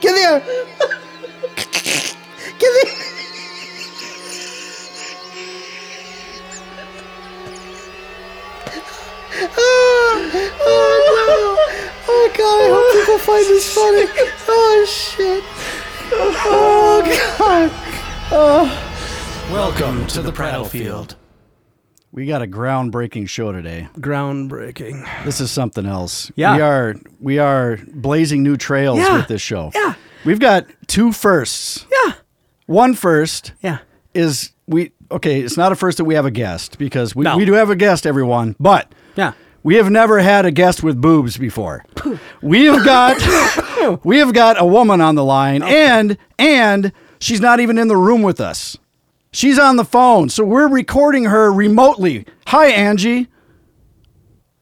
here! Get in! Oh, oh no! Oh god, I hope people find this funny! Oh shit! Oh god! Welcome to the Prattlefield. We got a groundbreaking show today. Groundbreaking. This is something else. Yeah. We are we are blazing new trails Yeah. with this show. Yeah. We've got two firsts. Yeah. One first Yeah. is we okay, it's not a first that we have a guest because we, No. we do have a guest, everyone, but Yeah. we have never had a guest with boobs before. We have got we have got a woman on the line and and she's not even in the room with us. She's on the phone, so we're recording her remotely. Hi Angie.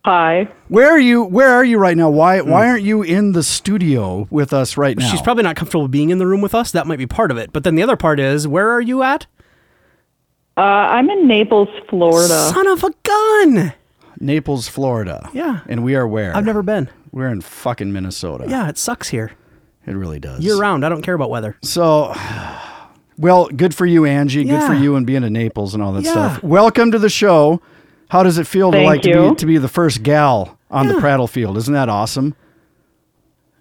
Hi. Where are you? Where are you right now? Why why aren't you in the studio with us right now? Hmm. She's probably not comfortable being in the room with us. That might be part of it. But then the other part is, where are you at? Uh, I'm in Naples, Florida. Son of a gun. Naples, Florida. Yeah. and we are where? I've never been. We're in fucking Minnesota. Yeah, it sucks here. it really does. Year round. I don't care about weather. So, well, good for you, Angie. Good for Yeah. you and being in Naples and all that Yeah. stuff. Welcome to the show. How does it feel to Thank like to you. be, to be the first gal on the Yeah. Prattle Field? Isn't that awesome?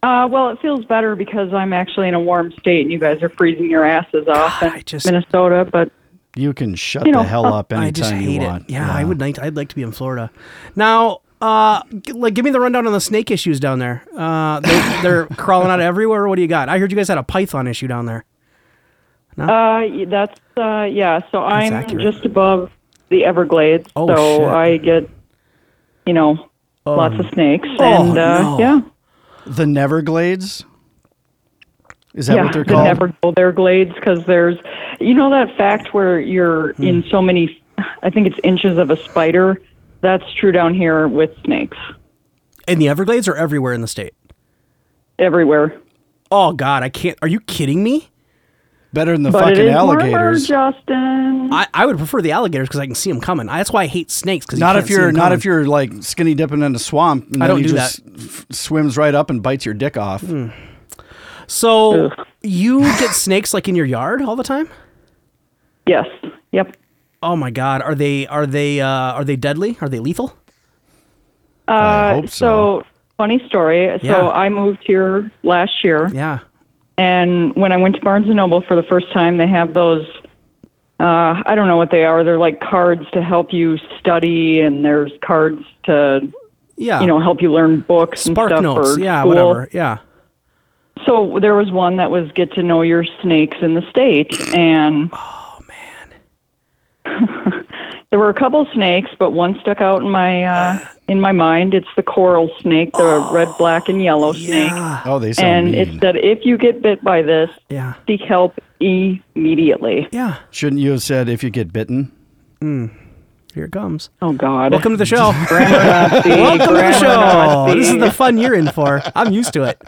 Uh, well, it feels better because I'm actually in a warm state and you guys are freezing your asses off I in just- Minnesota. But You can shut You the know, hell up anytime I just hate you it. want. Yeah, I would like. I'd like to be in Florida. Now, uh, g- like, give me the rundown on the snake issues down there. Uh, they, they're crawling out everywhere. What do you got? I heard you guys had a python issue down there. uh, y- that's, uh, yeah, so I'm accurate. just above the Everglades. Oh, so shit. Um, I get, you know, lots of snakes. and uh, oh, no. yeah, The Neverglades. Is that yeah, what they're the called? never go there glades because there's, you know, that fact where you're Hmm. in so many, I think it's inches of a spider. That's true down here with snakes In the Everglades or everywhere in the state? everywhere. Oh God, I can't. Are you kidding me? Better than the But it fucking is warmer, alligators. Justin. I, I would prefer the alligators because I can see them coming. I- that's why I hate snakes because Not if you're not if you're like skinny dipping in a swamp. And I then don't he do just f- swims right up and bites your dick off. Hmm. So you get snakes like in your yard all the time? Yes. Yep. Oh my God, are they are they uh, are they deadly? Are they lethal? I Uh, hope so. funny story. Yeah. So I moved here last year, Yeah. and when I went to Barnes and Noble for the first time, they have those. Uh, I don't know what they are. They're like cards to help you study, and there's cards to Yeah. you know help you learn books and spark stuff. notes. for Yeah. school. Whatever. Yeah. So there was one that was get to know your snakes in the state, and oh man, there were a couple snakes, but one stuck out in my uh, in my mind. It's the coral snake, the Oh, red, black, and yellow snake, Oh, they sound and mean. it said if you get bit by this, Yeah. seek help immediately. Yeah. Shouldn't you have said if you get bitten? Here it comes. Oh God! Welcome to the show. Grammar Nazi, Welcome to the grammar show. Nazi. This is the fun you're in for. I'm used to it.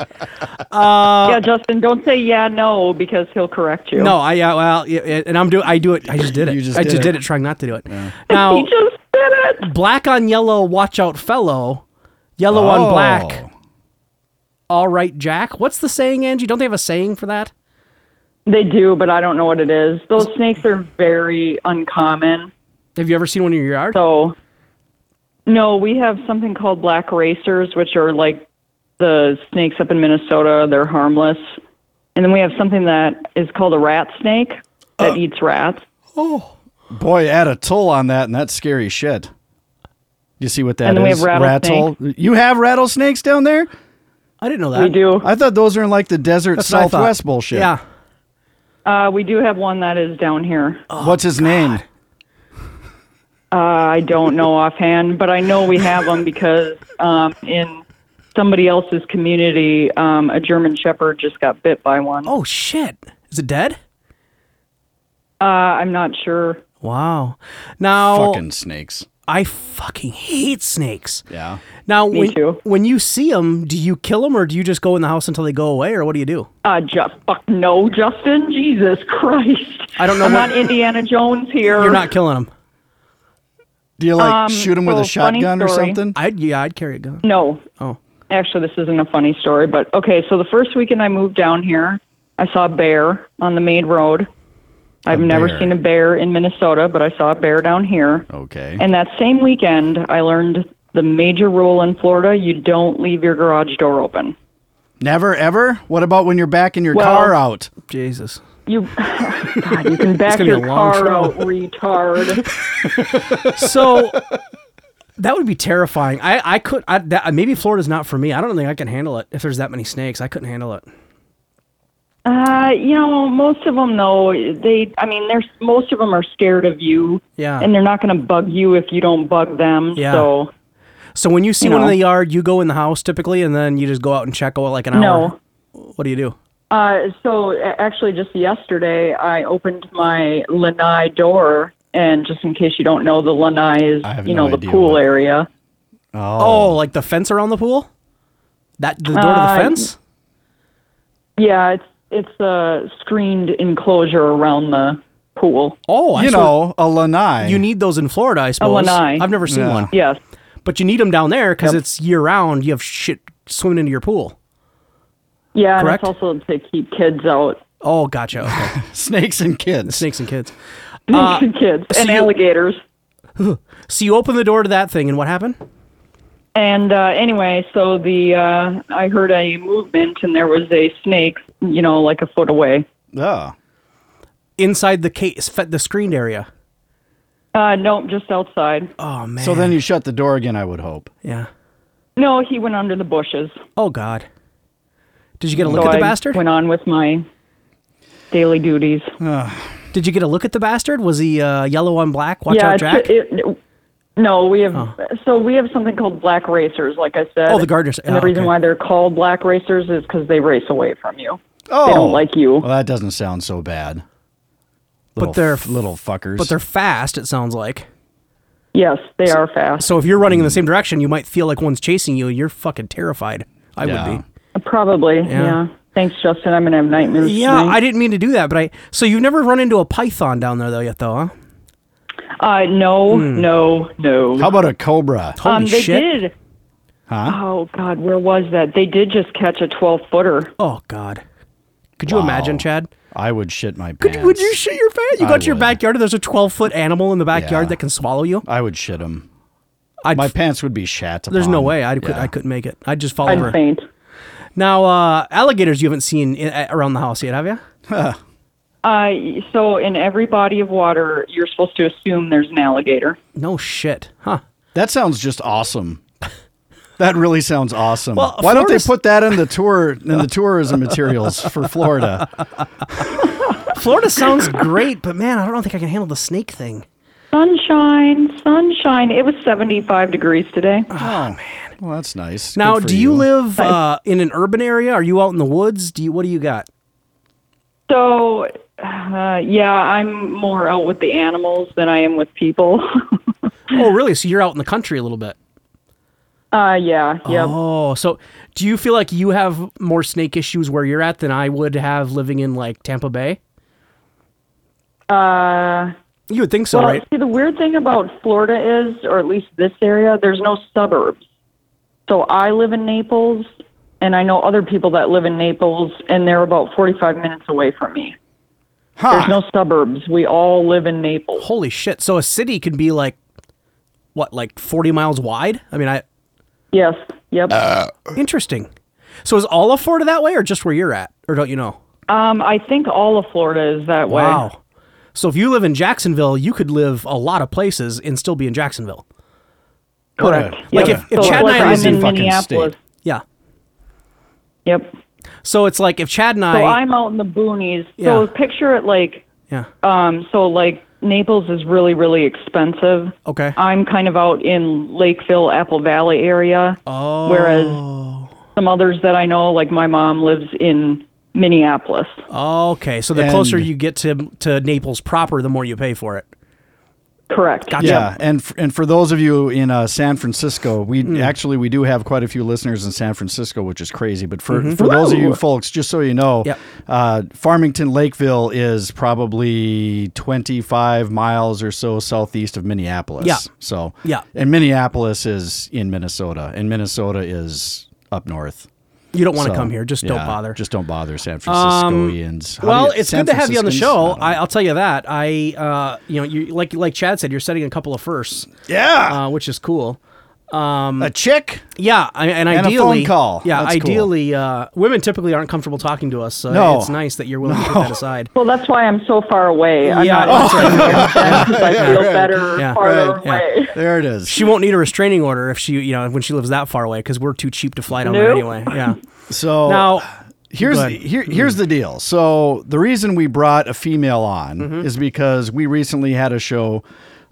yeah, Justin. Don't say yeah, no, because he'll correct you. uh, No, I yeah, well, y- y- and I'm do I do it. I just did it. You just I did just it. did it, trying not to do it. he Now, just did it. black on yellow, watch out, fellow. Yellow Oh. on black, all right, Jack. What's the saying, Angie? Don't they have a saying for that? They do, but I don't know what it is. Those snakes are very uncommon. Have you ever seen one in your yard? So, no, we have something called black racers, which are like the snakes up in Minnesota. They're harmless. And then we have something that is called a rat snake that eats rats. Boy, add a toll on that, and that's scary shit. You see what that is? And then we have Rattle- You have rattlesnakes down there? I didn't know that. We do. I thought those are in like the desert what I thought. Southwest bullshit. Yeah. Uh, we do have one that is down here. Uh, Oh, What's his name? I don't know offhand, but I know we have them because um, in somebody else's community, um, a German Shepherd just got bit by one. Oh shit! Is it dead? Uh, I'm not sure. Wow. Now Fucking snakes. I fucking hate snakes. Yeah. Now when, too. when you see them, do you kill them or do you just go in the house until they go away or what do you do? Uh, just fuck no, Justin. Jesus Christ. I don't know I'm what- not Indiana Jones here. You're not killing them. Do you like Um, shoot them with a so, funny shotgun or story. something? I'd yeah, I'd carry a gun. No. Oh. Actually, this isn't a funny story, but okay. So the first weekend I moved down here, I saw a bear on the main road. i I've never bear. seen a bear in Minnesota, but I saw a bear down here. Okay. And that same weekend, I learned the major rule in Florida you don't leave your garage door open. Never ever? What about when you're backing your Well- car out? Jesus. You, God, you can back gonna be your a long car show. out, retard. So that would be terrifying. I I could I, that, maybe Florida's not for me. I don't think I can handle it. If there's that many snakes, I couldn't handle it. Uh, you know, most of them though, they, I mean, there's most of them are scared of you. Yeah. And they're not going to bug you if you don't bug them. Yeah. So So when you see You one in know. the yard, you go in the house typically, and then you just go out and check out like an hour. No. What do you do? Uh, so a- actually, just yesterday, I opened my lanai door, and just in case you don't know, the lanai is have you no know the idea pool what- area. Oh, like the fence around the pool? That the door to Uh, the fence? Yeah, it's it's a screened enclosure around the pool. Oh, I you swear- know, a lanai. you need those in Florida, I suppose. lanai. I've never seen Yeah. one, Yes, but you need them down there because it's year round. You have shit swimming into your pool. yeah, Correct. and it's also to keep kids out, Oh, gotcha. Okay. snakes and kids. Snakes and kids. kids and Uh, you- alligators. So you open the door to that thing, and what happened? And uh, anyway, so the uh, I heard a movement, and there was a snake, you know, like a foot away. Oh. Inside the case, fe- the screened area. Uh, nope, just outside. Oh man. So then you shut the door again, I would hope. yeah. No, he went under the bushes. Oh God. Did you get a look so at the I bastard? Went on with my daily duties. Did you get a look at the bastard? Was he uh, yellow on black? Watch out, it's- Jack. it- no, we have so we have something called black racers. Like I said, Oh, the gardeners- And oh, the reason okay. why they're called black racers is because they race away from you. Oh. They don't like you. Well, that doesn't sound so bad. Little they're- f- little fuckers. but they're fast. It sounds like. Yes, they are fast. So if you're running in the same direction, you might feel like one's chasing you. and You're fucking terrified. I Yeah. would be. Probably. Yeah. Thanks, Justin. I'm gonna have nightmares. Yeah, I tonight. didn't mean to do that, but I. So you've never run into a python down there though yet, though, huh? Uh, no, Hmm. no, no. How about a cobra? Holy um, they shit! did. Oh God, where was that? They did just catch a 12 footer. Oh God. Could you imagine, Chad? I would shit my pants. Would you shit your pants? You I go to your would. backyard and there's a 12 foot animal in the backyard Yeah. that can swallow you. I would shit them. I'd, My pants would be shat. there's no upon. way I could Yeah. I couldn't make it. I'd just fall I'd over. faint. Now uh, alligators you haven't seen i- around the house yet, have you? Uh, so in every body of water, you're supposed to assume there's an alligator. No shit, huh? That sounds just awesome. That really sounds awesome. Well, Why don't they Florida's- put that in the tour in the tourism materials for Florida? Florida sounds great, but man, I don't think I can handle the snake thing. Sunshine, sunshine. It was 75 degrees today. Oh man, well that's nice. Good Now, for do you, live uh, in an urban area? Are you out in the woods? Do you? What do you got? So, uh, yeah, I'm more out with the animals than I am with people. Oh, really? So you're out in the country a little bit. uh, yeah, yeah. Oh, so do you feel like you have more snake issues where you're at than I would have living in like Tampa Bay? Uh, You would think so, well, right? see, the weird thing about Florida is, or at least this area, there's no suburbs. So I live in Naples, and I know other people that live in Naples, and they're about 45 minutes away from me. There's no suburbs. We all live in Naples. Holy shit! So a city can be like what, like forty miles wide? I mean, I Yes. Yep. Uh. interesting. So is all of Florida that way, or just where you're at, or don't you know? um, I think all of Florida is that way. Wow. So if you live in Jacksonville, you could live a lot of places and still be in Jacksonville. Correct. Like Yep. if- if so Chad and it's I like lived I'm in in fucking Minneapolis. state. Yeah. Yep. So it's like if Chad and I, So I'm out in the boonies. Yeah. So picture it like, yeah, um, so like Naples is really, really expensive. okay, I'm kind of out in Lakeville, Apple Valley area. Oh. Whereas some others that I know, like my mom lives in Minneapolis. okay. So the closer And- you get to to Naples proper, the more you pay for it. Correct. Gotcha. Yeah, and f- and for those of you in uh, San Francisco, we Mm. actually we do have quite a few listeners in San Francisco, which is crazy. But for for those of you folks, just so you know, Mm-hmm. Yep. uh, Farmington Lakeville is probably twenty five miles or so southeast of Minneapolis. Yeah. So Yeah. and Minneapolis is in Minnesota, and Minnesota is up north. You don't want to So, come here. Just don't yeah, bother. Um, Just don't bother, San Franciscoians. How do well, you- it's San good to have you on the Franciscans? show. don't know. I, I'll tell you that. I, uh, you know, you like like Chad said, you're setting a couple of firsts, yeah, uh, which is cool. um, a chick. Yeah, I, and a ideally, phone call. Yeah, That's cool. ideally, uh, women typically aren't comfortable talking to us, so No. it's nice that you're willing to put that aside. Well, that's why I'm so far away. I'm Yeah, not that's listening to them because I feel better Yeah. farther Right, yeah. away. There it is. She won't need a restraining order if she, you know, when she lives that far away because we're too cheap to fly down there Nope. anyway. Yeah. So Now, here's Go the, ahead. here, here's the deal. So the reason we brought a female on Mm-hmm. is because we recently had a show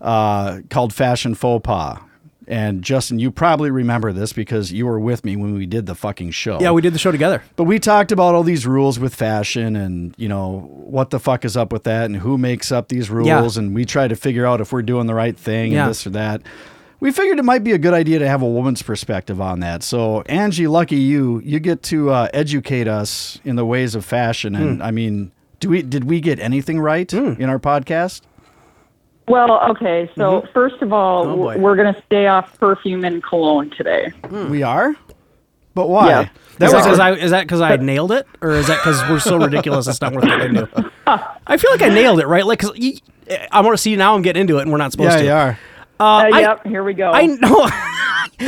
uh, called Fashion Faux Pas. And Justin, you probably remember this because you were with me when we did the fucking show. yeah, we did the show together. But we talked about all these rules with fashion and, you know, what the fuck is up with that and who makes up these rules. And we try to figure out if we're doing the right thing Yeah. and this or that. We figured it might be a good idea to have a woman's perspective on that. So, Angie, lucky you, you get to uh, educate us in the ways of fashion. And Hmm. I mean, do we did we get anything right in our podcast? Well, okay. So first of all, Mm-hmm. Oh, boy. Uh, we're gonna stay off perfume and cologne today. We are, but why? Yeah. That is was that Hmm. because our- I is that 'cause I nailed it, or is that because we're so ridiculous it's not worth looking into? I feel like I nailed it, right? Like, cause you, I want to see now. I'm getting into it, and we're not supposed yeah, to. you are. Uh, I- yep, here we go. I Oh. know.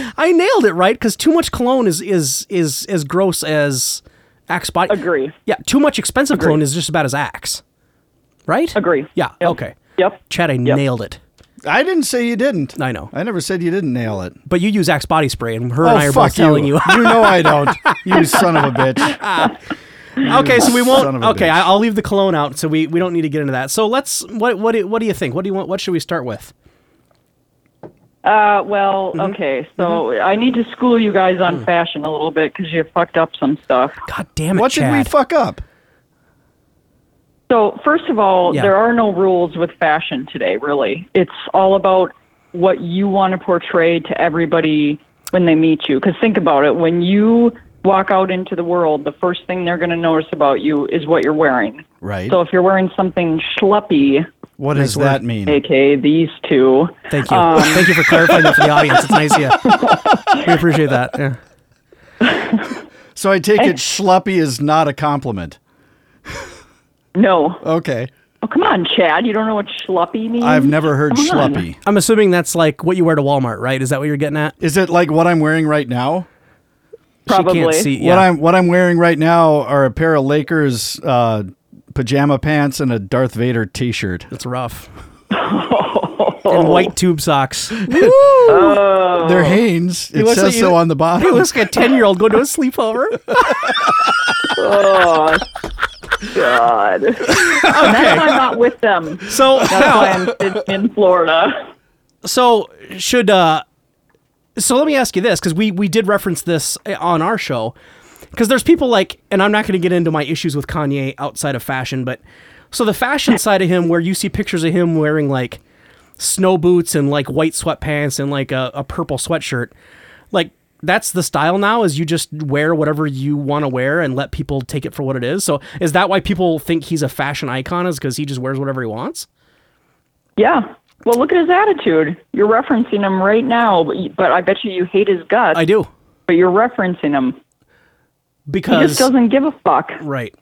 I nailed it, right? Because too much cologne is is is as gross as Axe body. Agree. Yeah, too much expensive cologne is just about as Axe, right? Agree. Yeah. Yep. Okay. Yep. Chad, I Yep. nailed it. I didn't say you didn't. I know. I never said you didn't nail it. But you use Axe body spray, and her Oh, and I are fuck both telling you. you know I don't. You son of a bitch. okay, so we son won't. of a Okay, bitch. I, I'll leave the cologne out, so we, we don't need to get into that. So let's. What what do, what do you think? What do you want? What should we start with? Uh, well, Mm-hmm. okay. So I need to school you guys Mm. on fashion a little bit because you fucked up some stuff. God damn it, What Chad. did we fuck up? So first of all, Yeah. there are no rules with fashion today. Really, it's all about what you want to portray to everybody when they meet you. Because think about it: when you walk out into the world, the first thing they're going to notice about you is what you're wearing. Right. So if you're wearing something schleppy, What does that mean? aka these two, Thank you. Um. Thank you for clarifying that for the audience. It's nice of you. We appreciate that. Yeah. So I take it schleppy is not a compliment. no. Okay. Oh, come on, Chad. You don't know what schleppy means? I've never heard Come on. schleppy. I'm assuming that's like what you wear to Walmart, right? Is that what you're getting at? Is it like what I'm wearing right now? She Probably. can't see. What yeah. I'm what I'm wearing right now are a pair of Lakers uh, pajama pants and a Darth Vader T-shirt. It's rough. and white tube socks. Hey, Oh. They're Hanes. It looks says like you- so on the bottom. looks like a ten year old going to a sleepover. Oh, God. And That's why I'm not with them. So That's why I'm sitting in Florida. so should uh so let me ask you this because we we did reference this uh, on our show because there's people like and i'm not going to get into my issues with kanye outside of fashion but so the fashion side of him where you see pictures of him wearing like snow boots and like white sweatpants and like a, a purple sweatshirt like that's the style now is you just wear whatever you want to wear and let people take it for what it is so is that why people think he's a fashion icon is because he just wears whatever he wants Yeah. Well, look at his attitude. You're referencing him right now, but, you, but I bet you you hate his guts, i do but you're referencing him. He because just doesn't give a fuck. Right.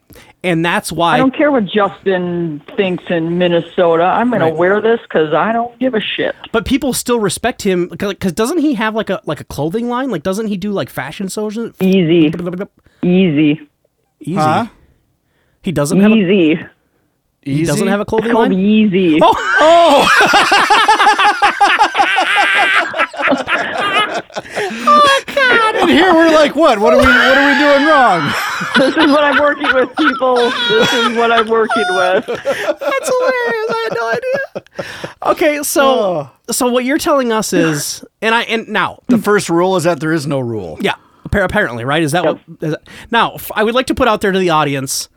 And that's why I don't care what Justin thinks in Minnesota. I'm going Right. to wear this because I don't give a shit. but people still respect him cuz doesn't he have like a like a clothing line? Like doesn't he do like fashion social Easy. Easy. easy. Huh? He doesn't have a, Easy. Easy? he doesn't have a clothing Called line? Yeezy. Oh. And here we're like, what? What are we? What are we doing wrong? This is what I'm working with, people. This is what I'm working with. That's hilarious. I had no idea. Okay, so so what you're telling us is and I and now Hmm. The first rule is that there is no rule. Yeah, appar- apparently, right? Is that what? Is that, now, f- I would like to put out there to the audience: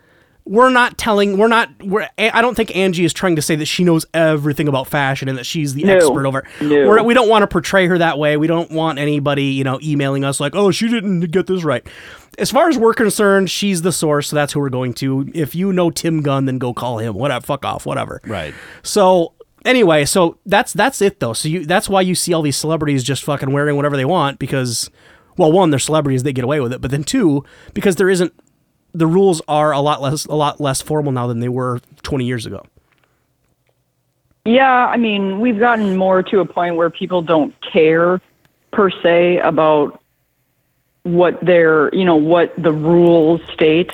we're not telling, we're not, we're. A- I don't think Angie is trying to say that she knows everything about fashion and that she's the No. expert over. it. No. We're, we don't want to portray her that way. We don't want anybody, you know, emailing us like, "Oh, she didn't get this right." As far as we're concerned, she's the source, so that's who we're going to. If you know Tim Gunn, then go call him. Whatever, fuck off, whatever. Right. So anyway, so that's that's it though. So you that's why you see all these celebrities just fucking wearing whatever they want because well, one, they're celebrities, they get away with it, but then two, because there isn't the rules are a lot less a lot less formal now than they were 20 years ago. Yeah, I mean, we've gotten more to a point where people don't care per se about what their, you know, what the rules state.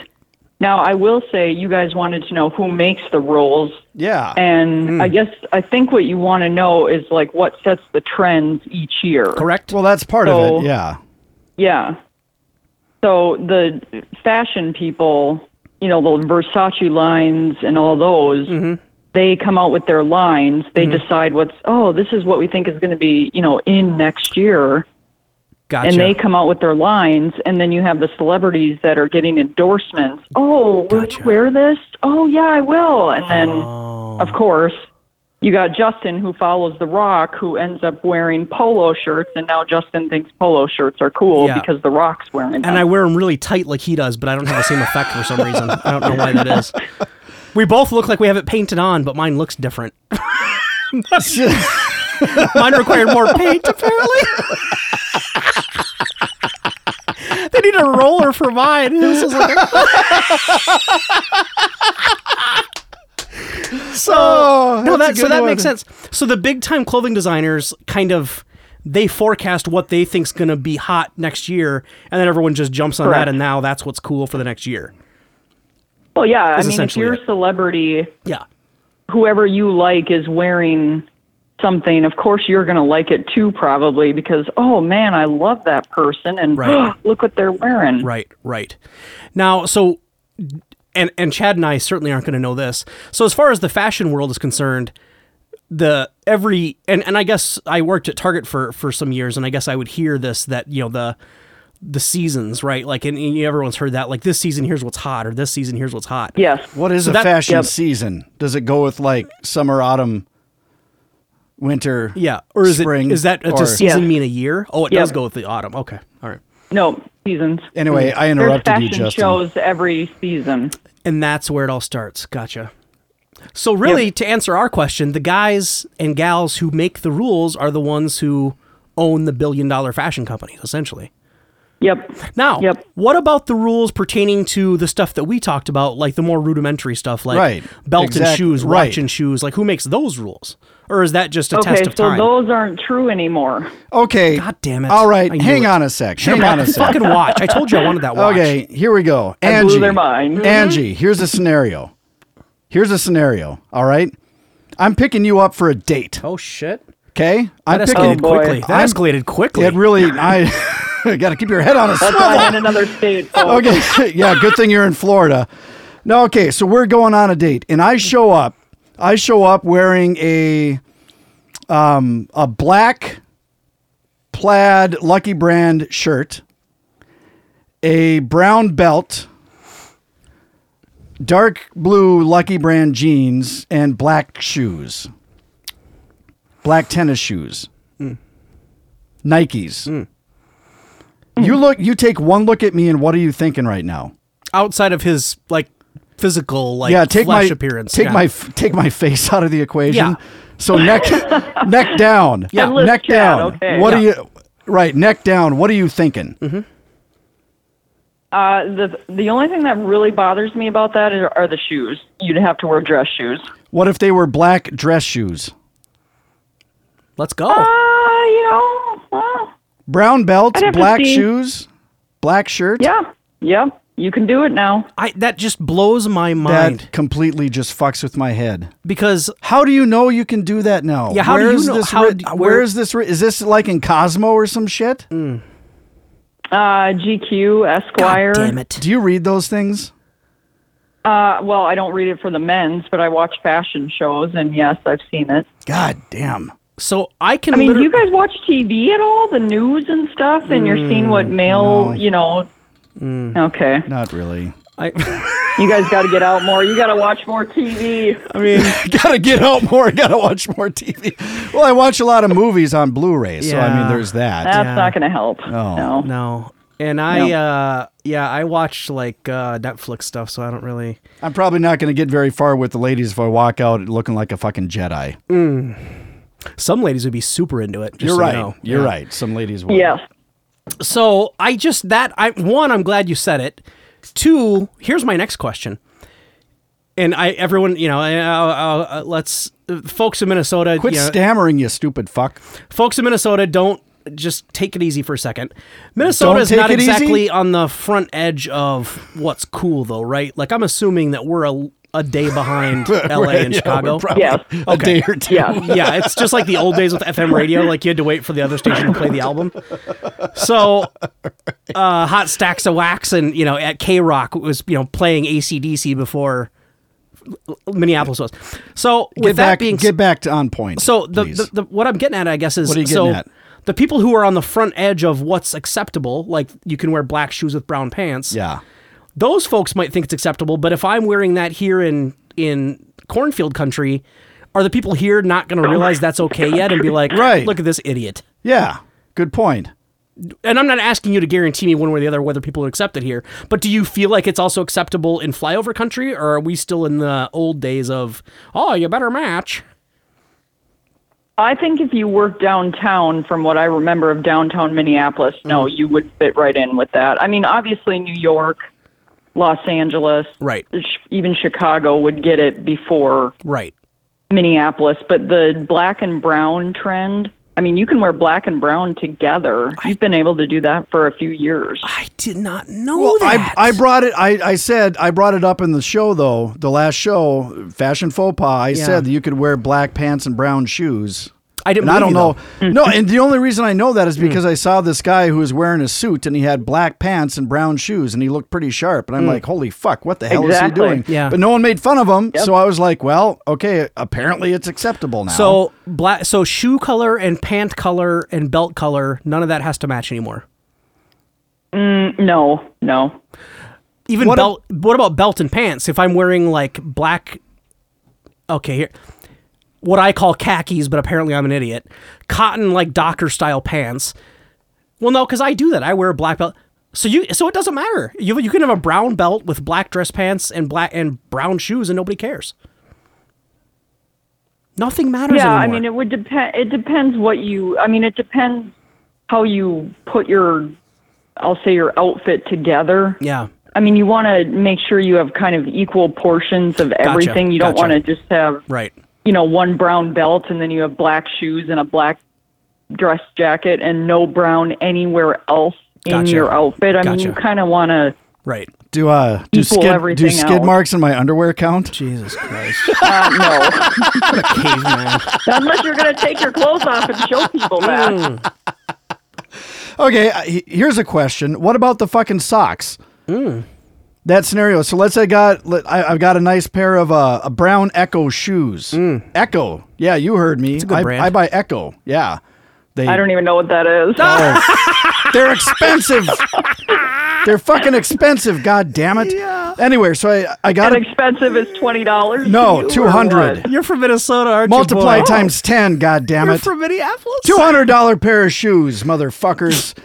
Now, I will say you guys wanted to know who makes the rules. Yeah. And I guess I think what you want to know is like what sets the trends each year. Correct? well, that's part So- of it. Yeah. Yeah. So the fashion people, you know, the Versace lines and all those, they come out with their lines. They decide what's, oh, this is what we think is going to be, you know, in next year. gotcha. And they come out with their lines. And then you have the celebrities that are getting endorsements. Oh, will you wear this? Oh, yeah, I will. And then, Oh. of course, you got Justin who follows The Rock who ends up wearing polo shirts. And now Justin thinks polo shirts are cool Yeah. because The Rock's wearing them. and I wear them really tight like he does, but I don't have the same effect for some reason. I don't know why that is. We both look like we have it painted on, but mine looks different. mine required more paint, apparently. they need a roller for mine. This is like So no, that, so that makes sense. So the big time clothing designers kind of they forecast what they think's going to be hot next year, and then everyone just jumps on Correct. that, and now that's what's cool for the next year. well, yeah, I is mean, if essentially you're it. a celebrity, Yeah. whoever you like is wearing something, of course you're going to like it too, probably because oh man, I love that person, and Right. look what they're wearing. Right, right. Now, so and and Chad and I certainly aren't going to know this. So as far as the fashion world is concerned, the every and and I guess I worked at Target for for some years and I guess I would hear this that, you know, the the seasons, right? Like and, and everyone's heard that like this season here's what's hot or this season here's what's hot. Yes. What is a that- fashion yep. season? Does it go with like summer, autumn, winter? Yeah, or is spring, it is that does or- season Yes. mean a year? Oh, it Yep. does go with the autumn. Okay. All right. No seasons. Anyway, Mm. I There's interrupted you, fashion Justin. shows every season. And that's where it all starts. Gotcha. So really, to answer our question, the guys and gals who make the rules are the ones who own the billion dollar fashion companies, essentially. Yep. Now, Yep. what about the rules pertaining to the stuff that we talked about, like the more rudimentary stuff, like Right. belt Exact- and shoes, right. watch and shoes? Like, who makes those rules, or is that just a Okay, test of so time? those aren't true anymore. Okay. God damn it! All right. I knew Hang it. on a sec. Should've Hang bought on a the sec. Fucking watch! I told you I wanted that watch. Okay. Here we go. I Angie. blew their mind. Mhm. Angie, here's a scenario. Here's a scenario. All right. I'm picking you up for a date. Oh shit! Okay. I'm That picking. escalated boy. quickly. That Oh, I'm- escalated quickly. it really. I got to keep your head on a That's swivel. why I'm in another state. folks. okay. yeah, good thing you're in Florida. No, okay, so we're going on a date and I show up. I show up wearing a um a black plaid Lucky Brand shirt, a brown belt, dark blue Lucky Brand jeans and black shoes. Black tennis shoes. Nikes. You look. You take one look at me, and what are you thinking right now? outside of his like physical like yeah, take flesh my appearance. Take yeah. my f- take my face out of the equation. Yeah. So neck neck down. Yeah. Headless neck chat, down. okay. What are you? Right, neck down. What are you thinking? Mm-hmm. Uh, the the only thing that really bothers me about that are, are the shoes. You'd have to wear dress shoes. What if they were black dress shoes? Let's go. Uh, you know, well, Brown belts, I'd have to black see. shoes, black shirt. yeah, yeah, you can do it now. I that just blows my That mind completely just fucks with my head. because How do you know you can do that now? Yeah, how do Where you is know- This how writ- d- where where- Mm. is this? writ- Is this like in Cosmo or some shit? Uh, GQ, Esquire. damn it. Do you read those things? Uh, well, I don't read it for the men's, but I watch fashion shows, and yes, I've seen it. God damn. So I can I mean, do liter- you guys watch TV at all, the news and stuff, and you're seeing Mm, what male, you know? Okay, Not really. I, you guys got to get out more. You got to watch more TV. I mean gotta get out more. Gotta watch more TV. Well, I watch a lot of movies on Blu-ray, so I mean, Yeah. there's that. That's Yeah. Oh. not going to help. No. no. And I No. uh yeah, I watch like uh Netflix stuff so I don't really I'm probably not gonna get very far with the ladies if I walk out looking like a fucking Jedi. Some ladies would be super into it. Just You're so right. You know. You're Yeah. right. Some ladies will. Yes. So I just that I one I'm glad you said it. Two, here's my next question. And I everyone you know I- I- I- I- let's uh, folks in Minnesota Quit you know, stammering, you stupid fuck. folks in Minnesota don't just take it easy for a second. Minnesota Don't is take not it easy? exactly on the front edge of what's cool though, right? Like I'm assuming that we're a, a day behind LA Right, and yeah, Chicago. we're probably Yes. A day or two. Yeah. yeah, it's just like the old days with FM radio. Like you had to wait for the other station to play the album. So, uh, Hot Stacks of Wax and you know at K Rock was you know playing ACDC before Minneapolis was. So Get with that back, being s- get back to on point. so the, please. the, the what I'm getting at, I guess, is What are you so getting at? the people who are on the front edge of what's acceptable, like you can wear black shoes with brown pants. yeah. those folks might think it's acceptable, but if I'm wearing that here in in cornfield country, are the people here not going to realize that's okay yet and be like, Right. look at this idiot? Yeah. Good point. And I'm not asking you to guarantee me one way or the other whether people accept it here, but do you feel like it's also acceptable in flyover country, or are we still in the old days of oh, you better match? I think if you work downtown, from what I remember of downtown Minneapolis, no, Mm. you would fit right in with that. I mean, obviously, New York, Los Angeles, Right, sh- even Chicago would get it before right. Minneapolis, but the black and brown trend. I mean, you can wear black and brown together. You've been able to do that for a few years. I did not know Well, I, that. I brought it. I, I said I brought it up in the show though. The last show, fashion faux pas. I Yeah. said that you could wear black pants and brown shoes. I didn't And I don't believe you, Hmm. know. no, and the only reason I know that is because I saw this guy who was wearing a suit and he had black pants and brown shoes and he looked pretty sharp. And I'm like, holy fuck, what the hell Exactly. is he doing? Hmm. Yeah. But no one made fun of him, so I was like, well, okay, apparently it's acceptable now. So black, so shoe color and pant color and belt color, none of that has to match anymore. No, no. Even What belt. what about belt and pants? If I'm wearing like black, okay, here, what I call khakis, but apparently I'm an idiot. Cotton like Docker style pants. Well, no, because I do that. I wear a black belt. So you, so it doesn't matter. You you can have a brown belt with black dress pants and black and brown shoes, and nobody cares. Nothing matters Yeah, anymore. I mean, it would depend. It depends what you. I mean, it depends how you put your. I'll say your outfit together. yeah. I mean, you want to make sure you have kind of equal portions of everything. You don't gotcha. want to just have Right. you know, one brown belt and then you have black shoes and a black dress jacket and no brown anywhere else in Gotcha. your outfit. I mean, you Gotcha. kind of want to. Right. do uh do Equal skid, do everything skid out. marks in my underwear count? Jesus Christ. Uh, no, Caveman. unless you're going to take your clothes off and show people that. Mm. Okay, I- he- here's a question. What about the fucking socks? Hmm. That scenario. So let's say I got let- I, have got a nice pair of uh, a brown Echo shoes. Echo. Yeah, you heard me. Hmm. a good I, brand. I buy Echo. Yeah. They I don't e- even know what that is. they're expensive. they're fucking expensive, god damn it. Yeah. Anyway, so I I got That a, expensive as twenty dollars. No, 200. You're from Minnesota, aren't multiply you? boy? Oh, times 10, god damn You're it. from Minneapolis. Two hundred dollar pair of shoes, motherfuckers.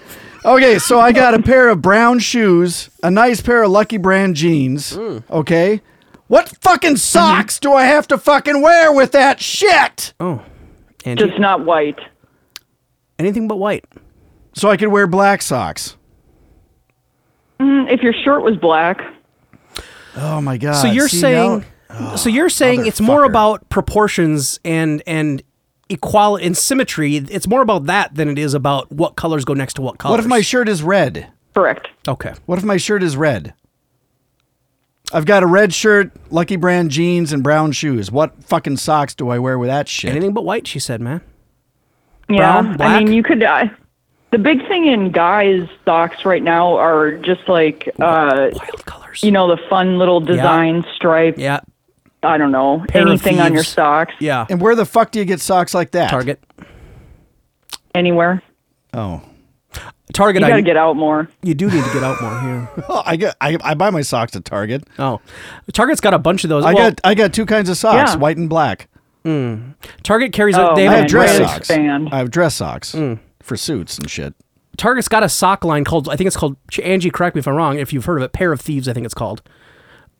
Okay, so I got a pair of brown shoes, a nice pair of Lucky Brand jeans. Okay, what fucking socks do I have to fucking wear with that shit? And Just not white. anything but white. So I could wear black socks. Mm, If your shirt was black, Oh my god! So you're See, saying, now- Ah, so you're saying it's more motherfucker. about proportions and and equality and symmetry. It's more about that than it is about what colors go next to what colors. what if my shirt is red? correct. okay? What if my shirt is red? I've got a red shirt, Lucky Brand jeans, and brown shoes. What fucking socks do I wear with that shit? Anything but white, she said, man. Yeah, Brown, I black? mean, you could. Uh, the big thing in guys' socks right now are just like uh, Wild colors. you know the fun little design stripe. yeah, I don't know Pair of anything on your thieves. socks yeah. and where the fuck do you get socks like that? Target, anywhere. Oh. Target. You I, gotta get out more. you do need to get out more here. Well, I get I, I buy my socks at Target. Oh, Target's got a bunch of those. I well, got I got two kinds of socks, Yeah. white and black. Target carries. Oh, they I have have man, a dress where to brand- socks. expand. I have dress socks for suits and shit. Target's got a sock line called I think it's called Angie. Correct me if I'm wrong. If you've heard of it, Pair of Thieves, I think it's called.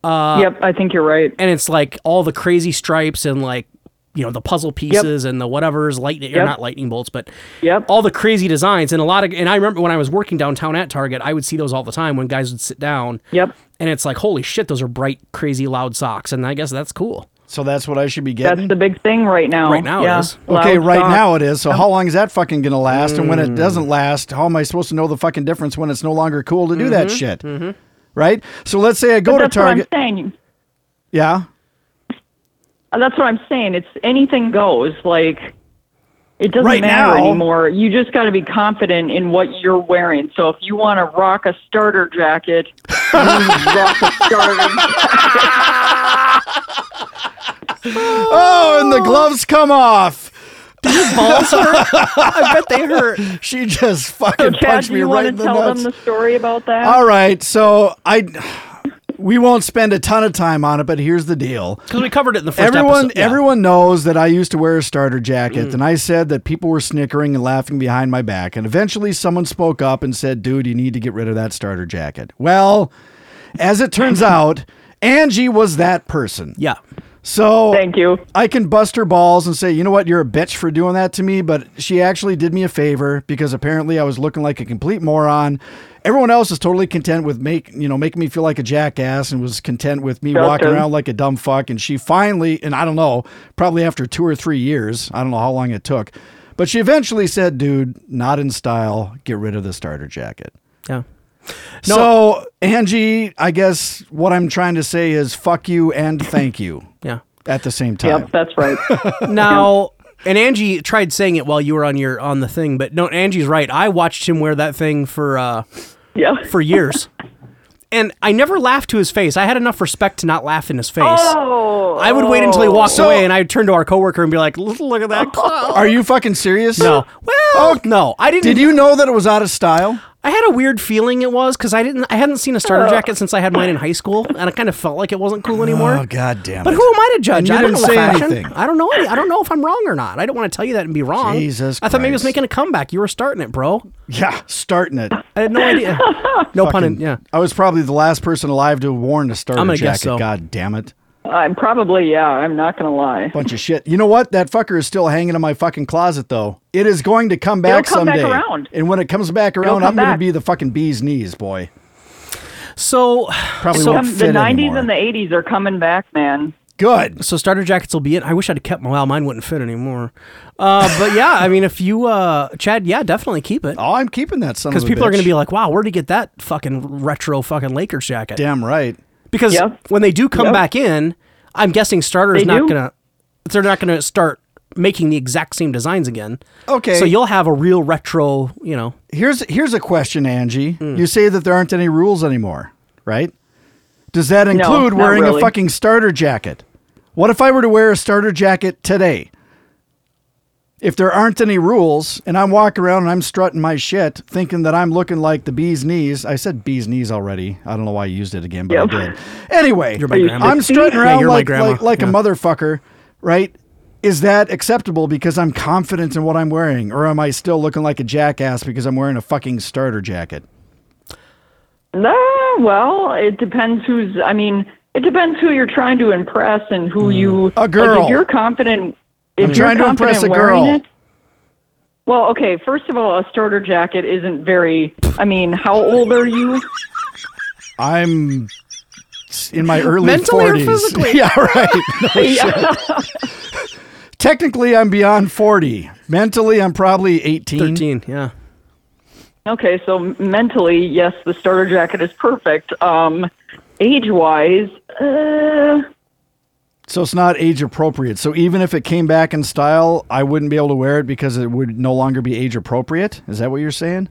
Uh, yep, I think you're right. and it's like all the crazy stripes and like you know the puzzle pieces and the whatever's lightning or Yep. not lightning bolts, but Yep. all the crazy designs and a lot of and I remember when I was working downtown at Target, I would see those all the time when guys would sit down. Yep. And it's like, holy shit, those are bright, crazy, loud socks, and I guess that's cool. So that's what I should be That's getting. the big thing right now. Right now it is. okay, Loud right song. now it is. So how long is that fucking gonna last? And when it doesn't last, how am I supposed to know the fucking difference when it's no longer cool to do that shit? Right. So let's say I go to That's what I'm Target. saying. Yeah. That's what I'm saying. It's anything goes. Like it doesn't Right matter now- anymore. You just got to be confident in what you're wearing. So if you want to rock a starter jacket, you rock a starter. Oh, and the gloves come off. Balls hurt. I bet they hurt. She just So fucking Chad, punched do me you right in want to the tell nuts. them the story about that? All right. So I. We won't spend a ton of time on it, but here's the deal. Because we covered it in the first Everyone, episode. Yeah. Mm. everyone knows that I used to wear a starter jacket, and I said that people were snickering and laughing behind my back. And eventually, someone spoke up and said, "Dude, you need to get rid of that starter jacket." Well, as it turns out, Angie was that person. Yeah. So Thank you. I can bust her balls and say, you know what, you're a bitch for doing that to me, but she actually did me a favor because apparently I was looking like a complete moron. Everyone else is totally content with make you know making me feel like a jackass and was content with me walking Justin. around like a dumb fuck. And she finally, and I don't know, probably after two or three years, I don't know how long it took, but she eventually said, "Dude, not in style. Get rid of the starter jacket." Yeah. So Angie, I guess what I'm trying to say is fuck you and thank you Yeah. at the same time. Yep, that's right. Now, and Angie tried saying it while you were on your on the thing, but no, Angie's right. I watched him wear that thing for uh yeah. for years. And I never laughed to his face. I had enough respect to not laugh in his face. Oh, I would wait until he walked So- Oh. away and I'd turn to our coworker and be like, "Look look at that clown." Are you fucking serious? No. Well, no. I didn't Oh, Did you know that it was out of style? I had a weird feeling it was cuz I didn't I hadn't seen a starter Oh. jacket since I had mine in high school and I kind of felt like it wasn't cool anymore. god damn But who am I to And judge? you I don't didn't know say fashion. anything. I don't know. Any, I don't know if I'm wrong or not. I don't want to tell you that and be wrong. Jesus I thought maybe it was Christ. making a comeback. You were starting it, bro. Yeah, starting it. I had no idea. no pun. In, yeah. I was probably the last person alive to have worn a starter I'm gonna jacket. guess so. God damn it. I'm probably yeah. I'm not gonna lie. Bunch of shit. You know what? That fucker is still hanging in my fucking closet though. It is going to come back come back someday. around. And when it comes back around, come I'm gonna back. be the fucking bee's knees, boy. So, Probably So won't Um, fit the '90s anymore. and the '80s are coming back, man. Good. so starter jackets will be it. I wish I'd kept. Well, mine wouldn't fit anymore. Uh, but yeah, I mean, if you, uh, Chad, yeah, definitely keep it Oh, I'm keeping that son because of a people are bitch. going to be like, "Wow, where'd he get that fucking retro fucking Lakers jacket?" damn right. Because Yep. when they do come Yep. back in, I'm guessing starter is They not do. gonna. They're not gonna start making the exact same designs again. Okay. So you'll have a real retro, you know. Here's here's a question, Angie. Hmm. You say that there aren't any rules anymore, right? Does that include not wearing a really. fucking starter jacket? What if I were to wear a starter jacket today? If there aren't any rules and I'm walking around and I'm strutting my shit, thinking that I'm looking like the bee's knees. I said bee's knees already. I don't know why I used it again, but Yep. I did. Anyway, my Are you grandma. I'm strutting Yeah, around you're my like, grandma. like like a Yeah. motherfucker, right? Is that acceptable because I'm confident in what I'm wearing, or am I still looking like a jackass because I'm wearing a fucking starter jacket? No, well, it depends who's. I mean, it depends who you're trying to impress and who you. Mm. A like, girl. if you're confident, if you're trying to impress confident a girl. wearing It, well, okay. First of all, a starter jacket isn't very. I mean, how old are you? I'm s- in my early Mentally or 40s. physically? yeah, right. No Oh, shit. Technically, I'm beyond 40. Mentally, I'm probably 18. Thirteen, yeah. Okay, so mentally, yes, the starter jacket is perfect. Um, age-wise, uh, So it's not age appropriate. So even if it came back in style, I wouldn't be able to wear it because it would no longer be age appropriate. Is that what you're saying?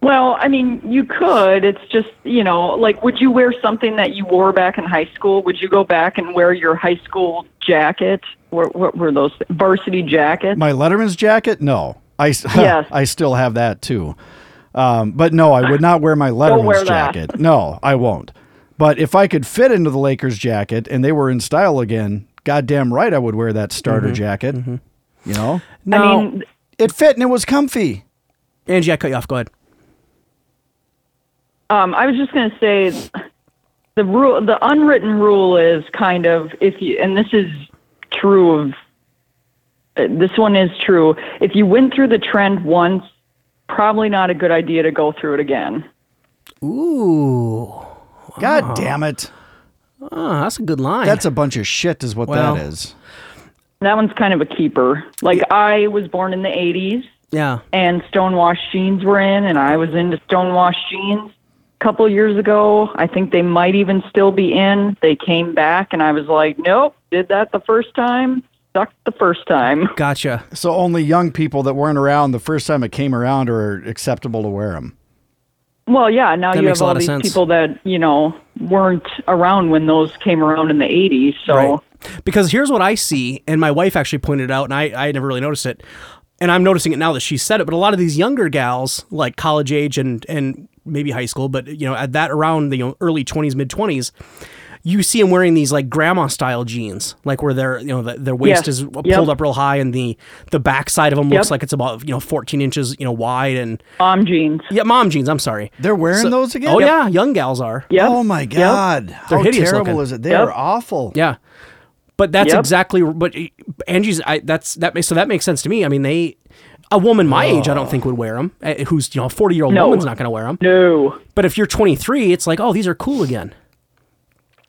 Well, I mean, you could. It's just, you know, like, would you wear something that you wore back in high school? Would you go back and wear your high school jacket? What, what were those? Varsity jacket? My Letterman's jacket? No. I, s- Yes. I still have that too. Um, but no, I would not wear my Letterman's wear that. jacket. No, I won't. But if I could fit into the Lakers jacket and they were in style again, goddamn right I would wear that starter Mm-hmm. jacket. You know? Now, I mean, It fit and it was comfy. Angie, I cut you off. Go ahead. um, I was just going to say the rule, the unwritten rule is kind of if you, and this is true of uh, this one is true. If you went through the trend once, probably not a good idea to go through it again. Ooh. God damn it. Oh, that's a good line. That's a bunch of shit, is what Well. that is. That one's kind of a keeper. Like I was born in the 80s yeah. and stonewashed jeans were in and I was into stonewashed jeans a couple years ago. I think they might even still be in. They came back and I was like, "Nope, did that the first time. Sucked the first time." Gotcha. So only young people that weren't around the first time it came around are acceptable to wear them. Well, yeah. Now That you makes a have lot all of these sense. people that you know weren't around when those came around in the '80s. So Right. Because here's what I see, and my wife actually pointed it out, and I, I never really noticed it. And I'm noticing it now that she said it, but a lot of these younger gals, like college age and and maybe high school, but you know, at that around the you know, early 20s, mid 20s, you see them wearing these like grandma style jeans, like where their you know the, their waist Yes. is Yep. pulled up real high, and the the back side of them looks Yep. like it's about you know 14 inches you know wide, and mom jeans. yeah, mom jeans. I'm sorry. They're wearing those again? Oh yeah, young gals are. Yep. Oh my Yep. God. How hideous terrible looking. is it? They Yep. are awful. Yeah. But that's Yep. exactly but eh, Angie's I that's that makes so that makes sense to me. I mean they a woman my age I don't think would wear them. Who's you know a 40-year-old No. woman's not going to wear them. No. But if you're 23, it's like, "Oh, these are cool again."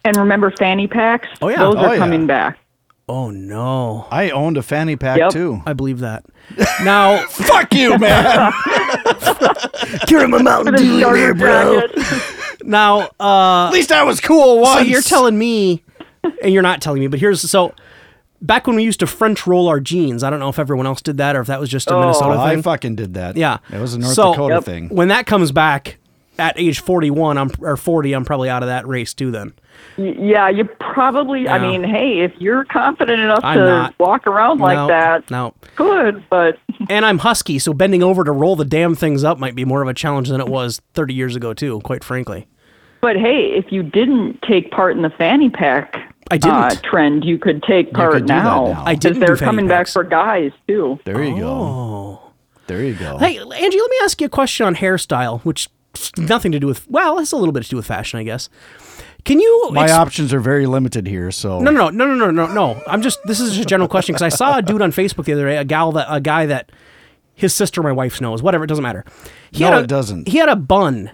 And remember fanny packs? Oh, yeah. Those Oh, are yeah. coming back. Oh no. I owned a fanny pack Yep. too. I believe that. Now, Fuck you, man. give him a Mountain The starter packets. Now, uh At least I was cool so once. you're telling me and you're not telling me, but here's so back when we used to French roll our jeans, I don't know if everyone else did that or if that was just a Minnesota Oh, thing. I fucking did that. Yeah, It was a North So, Dakota Yep. thing. When that comes back at age forty-one, I'm or forty, I'm probably out of that race too. Then Y- yeah, you probably. I No. mean, hey, if you're confident enough I'm to not. walk around No, like that, no. good. But And I'm husky, so bending over to roll the damn things up might be more of a challenge than it was thirty years ago too. Quite frankly, but hey, if you didn't take part in the fanny pack, I didn't. uh, trend. You could take part could do that now. now. I 'Cause didn't do They're fanny coming packs. back for guys too. There you go. There you go. hey Angie, let me ask you a question on hairstyle, which nothing to do with. Well, it's a little bit to do with fashion, I guess. Can you? My ex- options are very limited here, so no, no, no, no, no, no, no. I'm just. This is just a general question because I saw a dude on Facebook the other day, a gal that a guy that his sister, my wife's knows, whatever. It doesn't matter. He No, had a, it doesn't. He had a bun,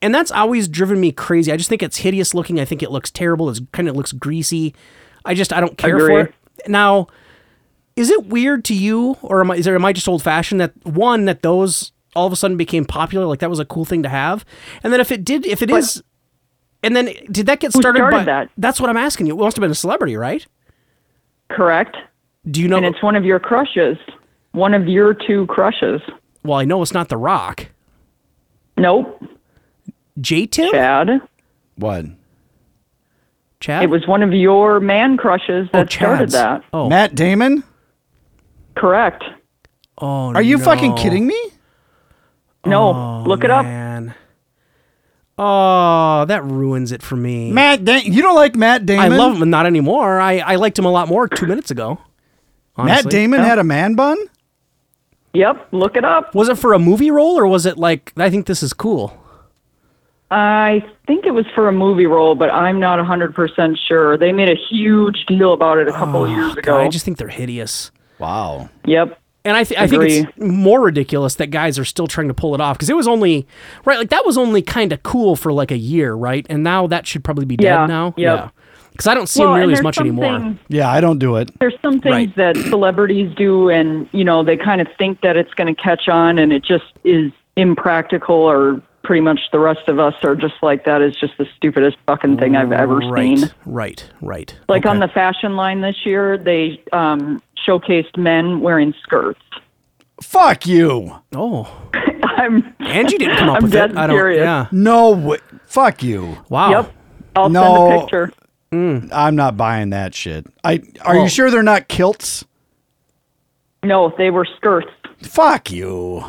and that's always driven me crazy. I just think it's hideous looking. I think it looks terrible. It kind of looks greasy. I just I don't care Agree. for it. Now, is it weird to you, or am I? Is there, am I just old fashioned that one that those all of a sudden became popular? Like that was a cool thing to have, and then if it did, if it is. and then did that get started, started by that? That's what I'm asking you. It must have been a celebrity, right? Correct. Do you know? And it's one of your crushes. One of your two crushes. well, I know it's not The Rock. Nope. J Tim? Chad. what? Chad? Oh, It was one of your man crushes that started Chad's. that. Oh, Matt Damon? Correct. oh Are you no. fucking kidding me? No, look it up. Man. Oh, that ruins it for me. Matt da- you don't like Matt I Damon? love him. Not anymore. I, I liked him a lot more two minutes ago. Matt honestly. Damon had a man bun? Yep, look it up. Was it for a movie role or was it like, I think this is cool? I think it was for a movie role, but I'm not 100% sure. They made a huge deal about it a couple of years ago. Oh, God, I just think they're hideous. Wow. Yep. And I, th- I think it's Agree. more ridiculous that guys are still trying to pull it off because it was only, right? Like that was only kind of cool for like a year, right? And now that should probably be Yeah, dead now. yep. Because I don't see him and nearly as there's much some anymore. things- Yeah, I don't do it. there's some Right. things that celebrities do, and, you know, they kind of think that it's going to catch on, and it just is impractical, or pretty much the rest of us are just like, that is just the stupidest fucking thing I've ever right, seen. Right, right. Like on Okay. the fashion line this year, they um, showcased men wearing skirts. Fuck you. Oh, I'm, Angie didn't come up I'm with dead it. I don't. serious. Yeah. No way. Fuck you. Wow. yep. I'll send No. a picture. I'm not buying that shit. I are Oh. you sure they're not kilts? No, they were skirts. Fuck you.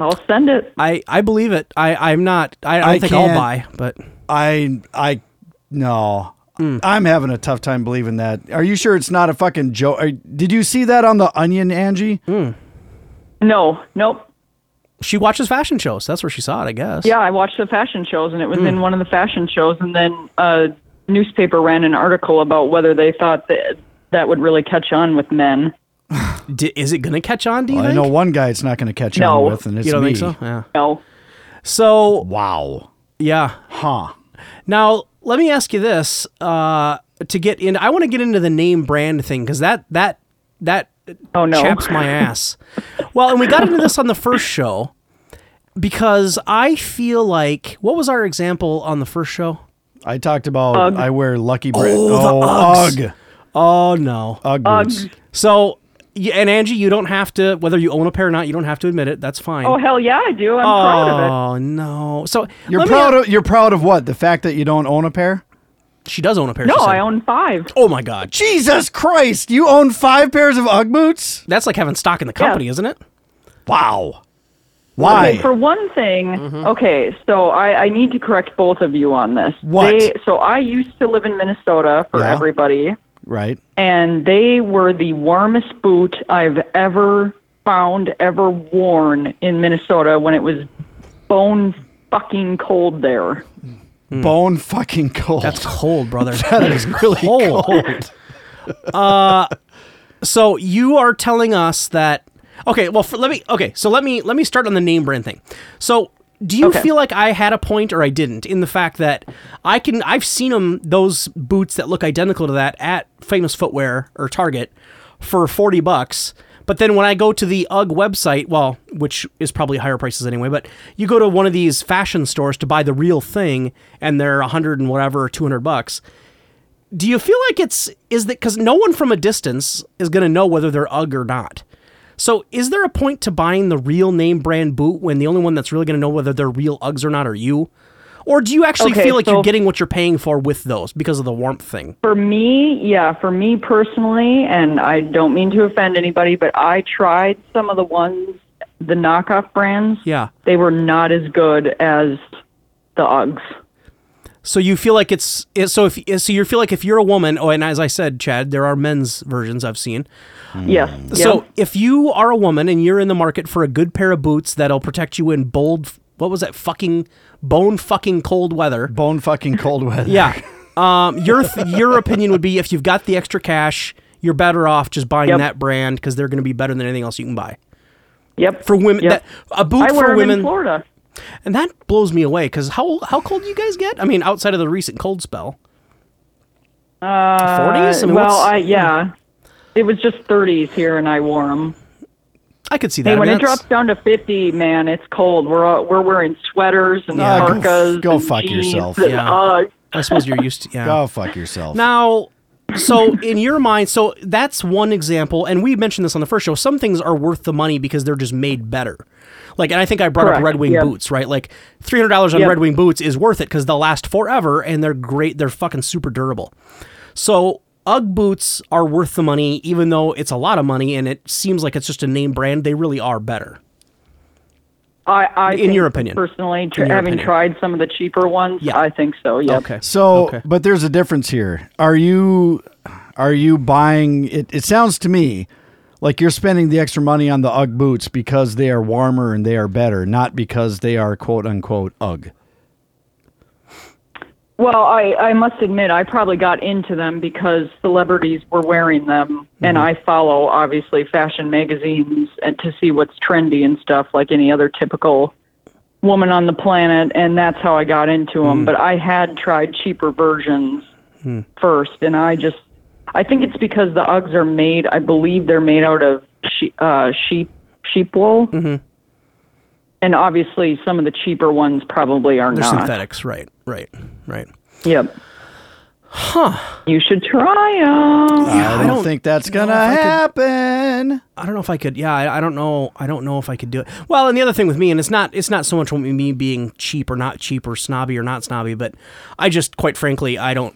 I'll send it. I, I believe it. I I'm not. I, I don't I think I'll can't- buy. But I I no. I'm having a tough time believing that. Are you sure it's not a fucking joke? Did you see that on the Onion, Angie? Hmm. No, nope. she watches fashion shows. That's where she saw it. I guess. Yeah, I watched the fashion shows, and it Hmm. was in one of the fashion shows, and then a newspaper ran an article about whether they thought that that would really catch on with men. D- is it gonna catch on? Do you Well, I think? know one guy it's not going to catch No. on with, and it's you don't me. think so? Yeah. No. So Wow. yeah. Huh. Now let me ask you this. Uh, to get in, I want to get into the name brand thing because that that that Oh no. chaps my ass. well, and we got into this on the first show because I feel like what was our example on the first show? I talked about I wear Lucky Brand. Oh, the Uggs. Ugg. Oh no. Ugg boots. Uggs. So y- and Angie, you don't have to whether you own a pair or not. You don't have to admit it. That's fine. Oh hell yeah, I do. I'm proud of it. Oh, no. So You're let me proud a- of you're proud of what? The fact that you don't own a pair? she does own a pair. No, she said. I own five. Oh my god, She- Jesus Christ! You own five pairs of UGG boots? that's like having stock in the company, isn't it? Wow. Why? Mm-hmm. Okay, for one thing, okay, so I, I need to correct both of you on this. What? They, so I used to live in Minnesota for Yeah. everybody, right. and they were the warmest boot I've ever found, ever worn in Minnesota when it was bone fucking cold there. Bone fucking cold. Hmm. That's cold, brother. that is really cold. Uh, cold. so you are telling us that okay well for, let me okay so let me let me start on the name brand thing so do you Okay. feel like i had a point or i didn't in the fact that i can i've seen them those boots that look identical to that at famous footwear or target for 40 bucks but then when i go to the ugg website well which is probably higher prices anyway but you go to one of these fashion stores to buy the real thing and they're 100 and whatever 200 bucks do you feel like it's is that because no one from a distance is going to know whether they're UGG or not? So is there a point to buying the real name brand boot when the only one that's really going to know whether they're real UGGs or not are you? Or do you actually Okay, feel like so- you're getting what you're paying for with those because of the warmth thing? For me, yeah, for me personally, and I don't mean to offend anybody, but I tried some of the ones, the knockoff brands. Yeah. They were not as good as the Uggs. So you feel like it's it- so if so you feel like if you're a woman, oh, and as I said, Chad, there are men's versions I've seen. Yes. So yeah. if you are a woman and you're in the market for a good pair of boots that'll protect you in bold, what was that fucking bone fucking cold weather? Bone fucking cold weather. Yeah. Um, your th- your opinion would be if you've got the extra cash, you're better off just buying Yep. that brand because they're going to be better than anything else you can buy yep. for women. Yep. That, a boot I for wear 'em in women, Florida. and that blows me away because how how cold do you guys get? I mean, outside of the recent cold spell, forties. Uh, well, I yeah. It was just 30s here, and I wore them. I could see that. Hey, I when mean, it that's- drops down to 50, man, it's cold. We're all, we're wearing sweaters and Yeah. Ah, go f- parkas. go and fuck jeans Uh, yourself. and Yeah. Uggs. I suppose you're used to yeah. Go fuck yourself. Now, so in your mind, so that's one example, and we mentioned this on the first show. Some things are worth the money because they're just made better. Like, and I think I brought up Correct, Red Wing yeah. boots, right? Like, three hundred dollars on Yeah. Red Wing boots is worth it because they'll last forever and they're great. They're fucking super durable. So UGG boots are worth the money, even though it's a lot of money and it seems like it's just a name brand. They really are better. I, I In think your opinion. personally, tr- In your having opinion. tried some of the cheaper ones, Yeah. I think so. Yep. Okay. So, Okay. but there's a difference here. Are you are you buying it it sounds to me like you're spending the extra money on the UGG boots because they are warmer and they are better, not because they are quote unquote UGG. Well, I, I must admit, I probably got into them because celebrities were wearing them, and I follow obviously fashion magazines and to see what's trendy and stuff, like any other typical woman on the planet, and that's how I got into them. But I had tried cheaper versions first, and I just, I think it's because the Uggs are made. I believe they're made out of she, uh, sheep sheep wool. And obviously, some of the cheaper ones probably are They're not. synthetics, right? Right? Right? Yep. Huh. You should try 'em. I, I don't don't think that's gonna if I could- happen. I don't know if I could. Yeah, I, I don't know. I don't know if I could do it. Well, and the other thing with me, and it's not it's not so much me being cheap or not cheap or snobby or not snobby, but I just quite frankly I don't.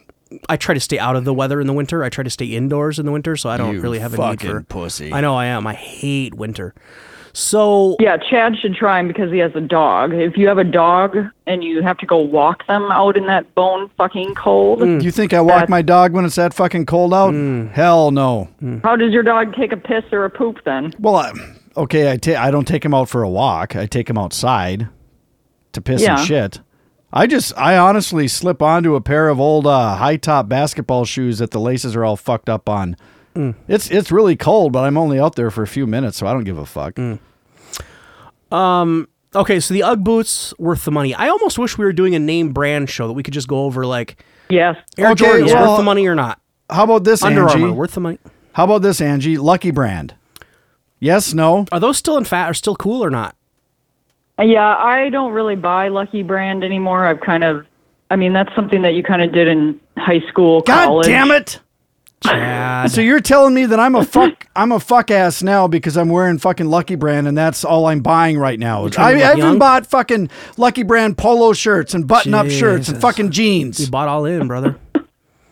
I try to stay out of the weather in the winter. I try to stay indoors in the winter, so I don't You really have a need fucking for. pussy. I know I am. I hate winter. So Yeah, Chad should try 'em because he has a dog. If you have a dog and you have to go walk them out in that bone fucking cold, Do you think I walk my dog when it's that fucking cold out? Hmm. Hell no. how does your dog take a piss or a poop then? Well, I, okay, I ta- I don't take him out for a walk. I take him outside to piss Yeah. and shit. I just I honestly slip onto a pair of old uh, high top basketball shoes that the laces are all fucked up on Mm. It's it's really cold, but I'm only out there for a few minutes, so I don't give a fuck. Mm. Okay, so the UGG boots worth the money. I almost wish we were doing a name brand show that we could just go over like Yes. Air Okay, Jordans well, worth the money or not. How about this, Under Angie? Armour worth the money. How about this, Angie? Lucky Brand. Yes, no. Are those still in fat? Are still cool or not? Uh, Yeah, I don't really buy Lucky Brand anymore. I've kind of, I mean, that's something that you kind of did in high school, God college. damn it! Chad. So you're telling me that I'm a fuck I'm a fuck ass now because I'm wearing fucking Lucky Brand and that's all I'm buying right now. I, trying I to look even young? bought fucking Lucky Brand polo shirts and button up shirts and Jesus. fucking you jeans. bought all in, brother.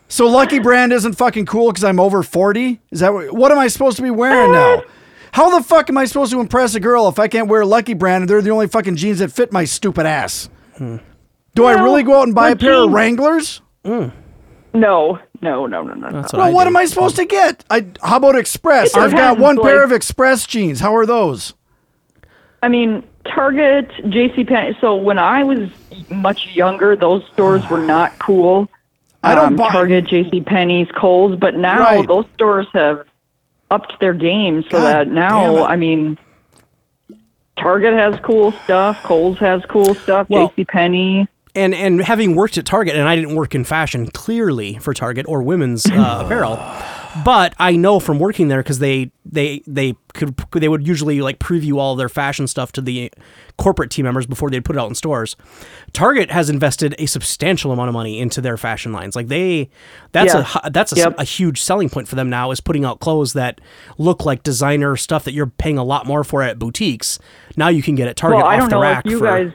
So Lucky Brand isn't fucking cool because I'm over forty. Is that what, what am I supposed to be wearing now? How the fuck am I supposed to impress a girl if I can't wear Lucky Brand and they're the only fucking jeans that fit my stupid ass? Hmm. Do I Well, really go out and buy a but pair of jeans- Wranglers? No, no, no, no, no. no. That's Well, what do. am I supposed to get? I how about Express? I've got depends, one pair like- of Express jeans. How are those? I mean, Target, JCPenney. So when I was much younger, those stores were not cool. I don't um, buy- Target, JCPenney's, Kohl's, but now Right. those stores have upped their game so God that damn now, it. I mean, Target has cool stuff, Kohl's has cool stuff, Well- JCPenney. and and having worked at Target, and I didn't work in fashion clearly for Target or women's uh, apparel, but I know from working there because they they they could they would usually like preview all their fashion stuff to the corporate team members before they'd put it out in stores. Target has invested a substantial amount of money into their fashion lines. Like they, that's Yeah. a hu- that's a, s- Yep. a huge selling point for them now is putting out clothes that look like designer stuff that you're paying a lot more for at boutiques. Now you can get at Target Well, off I don't the know rack if you for guys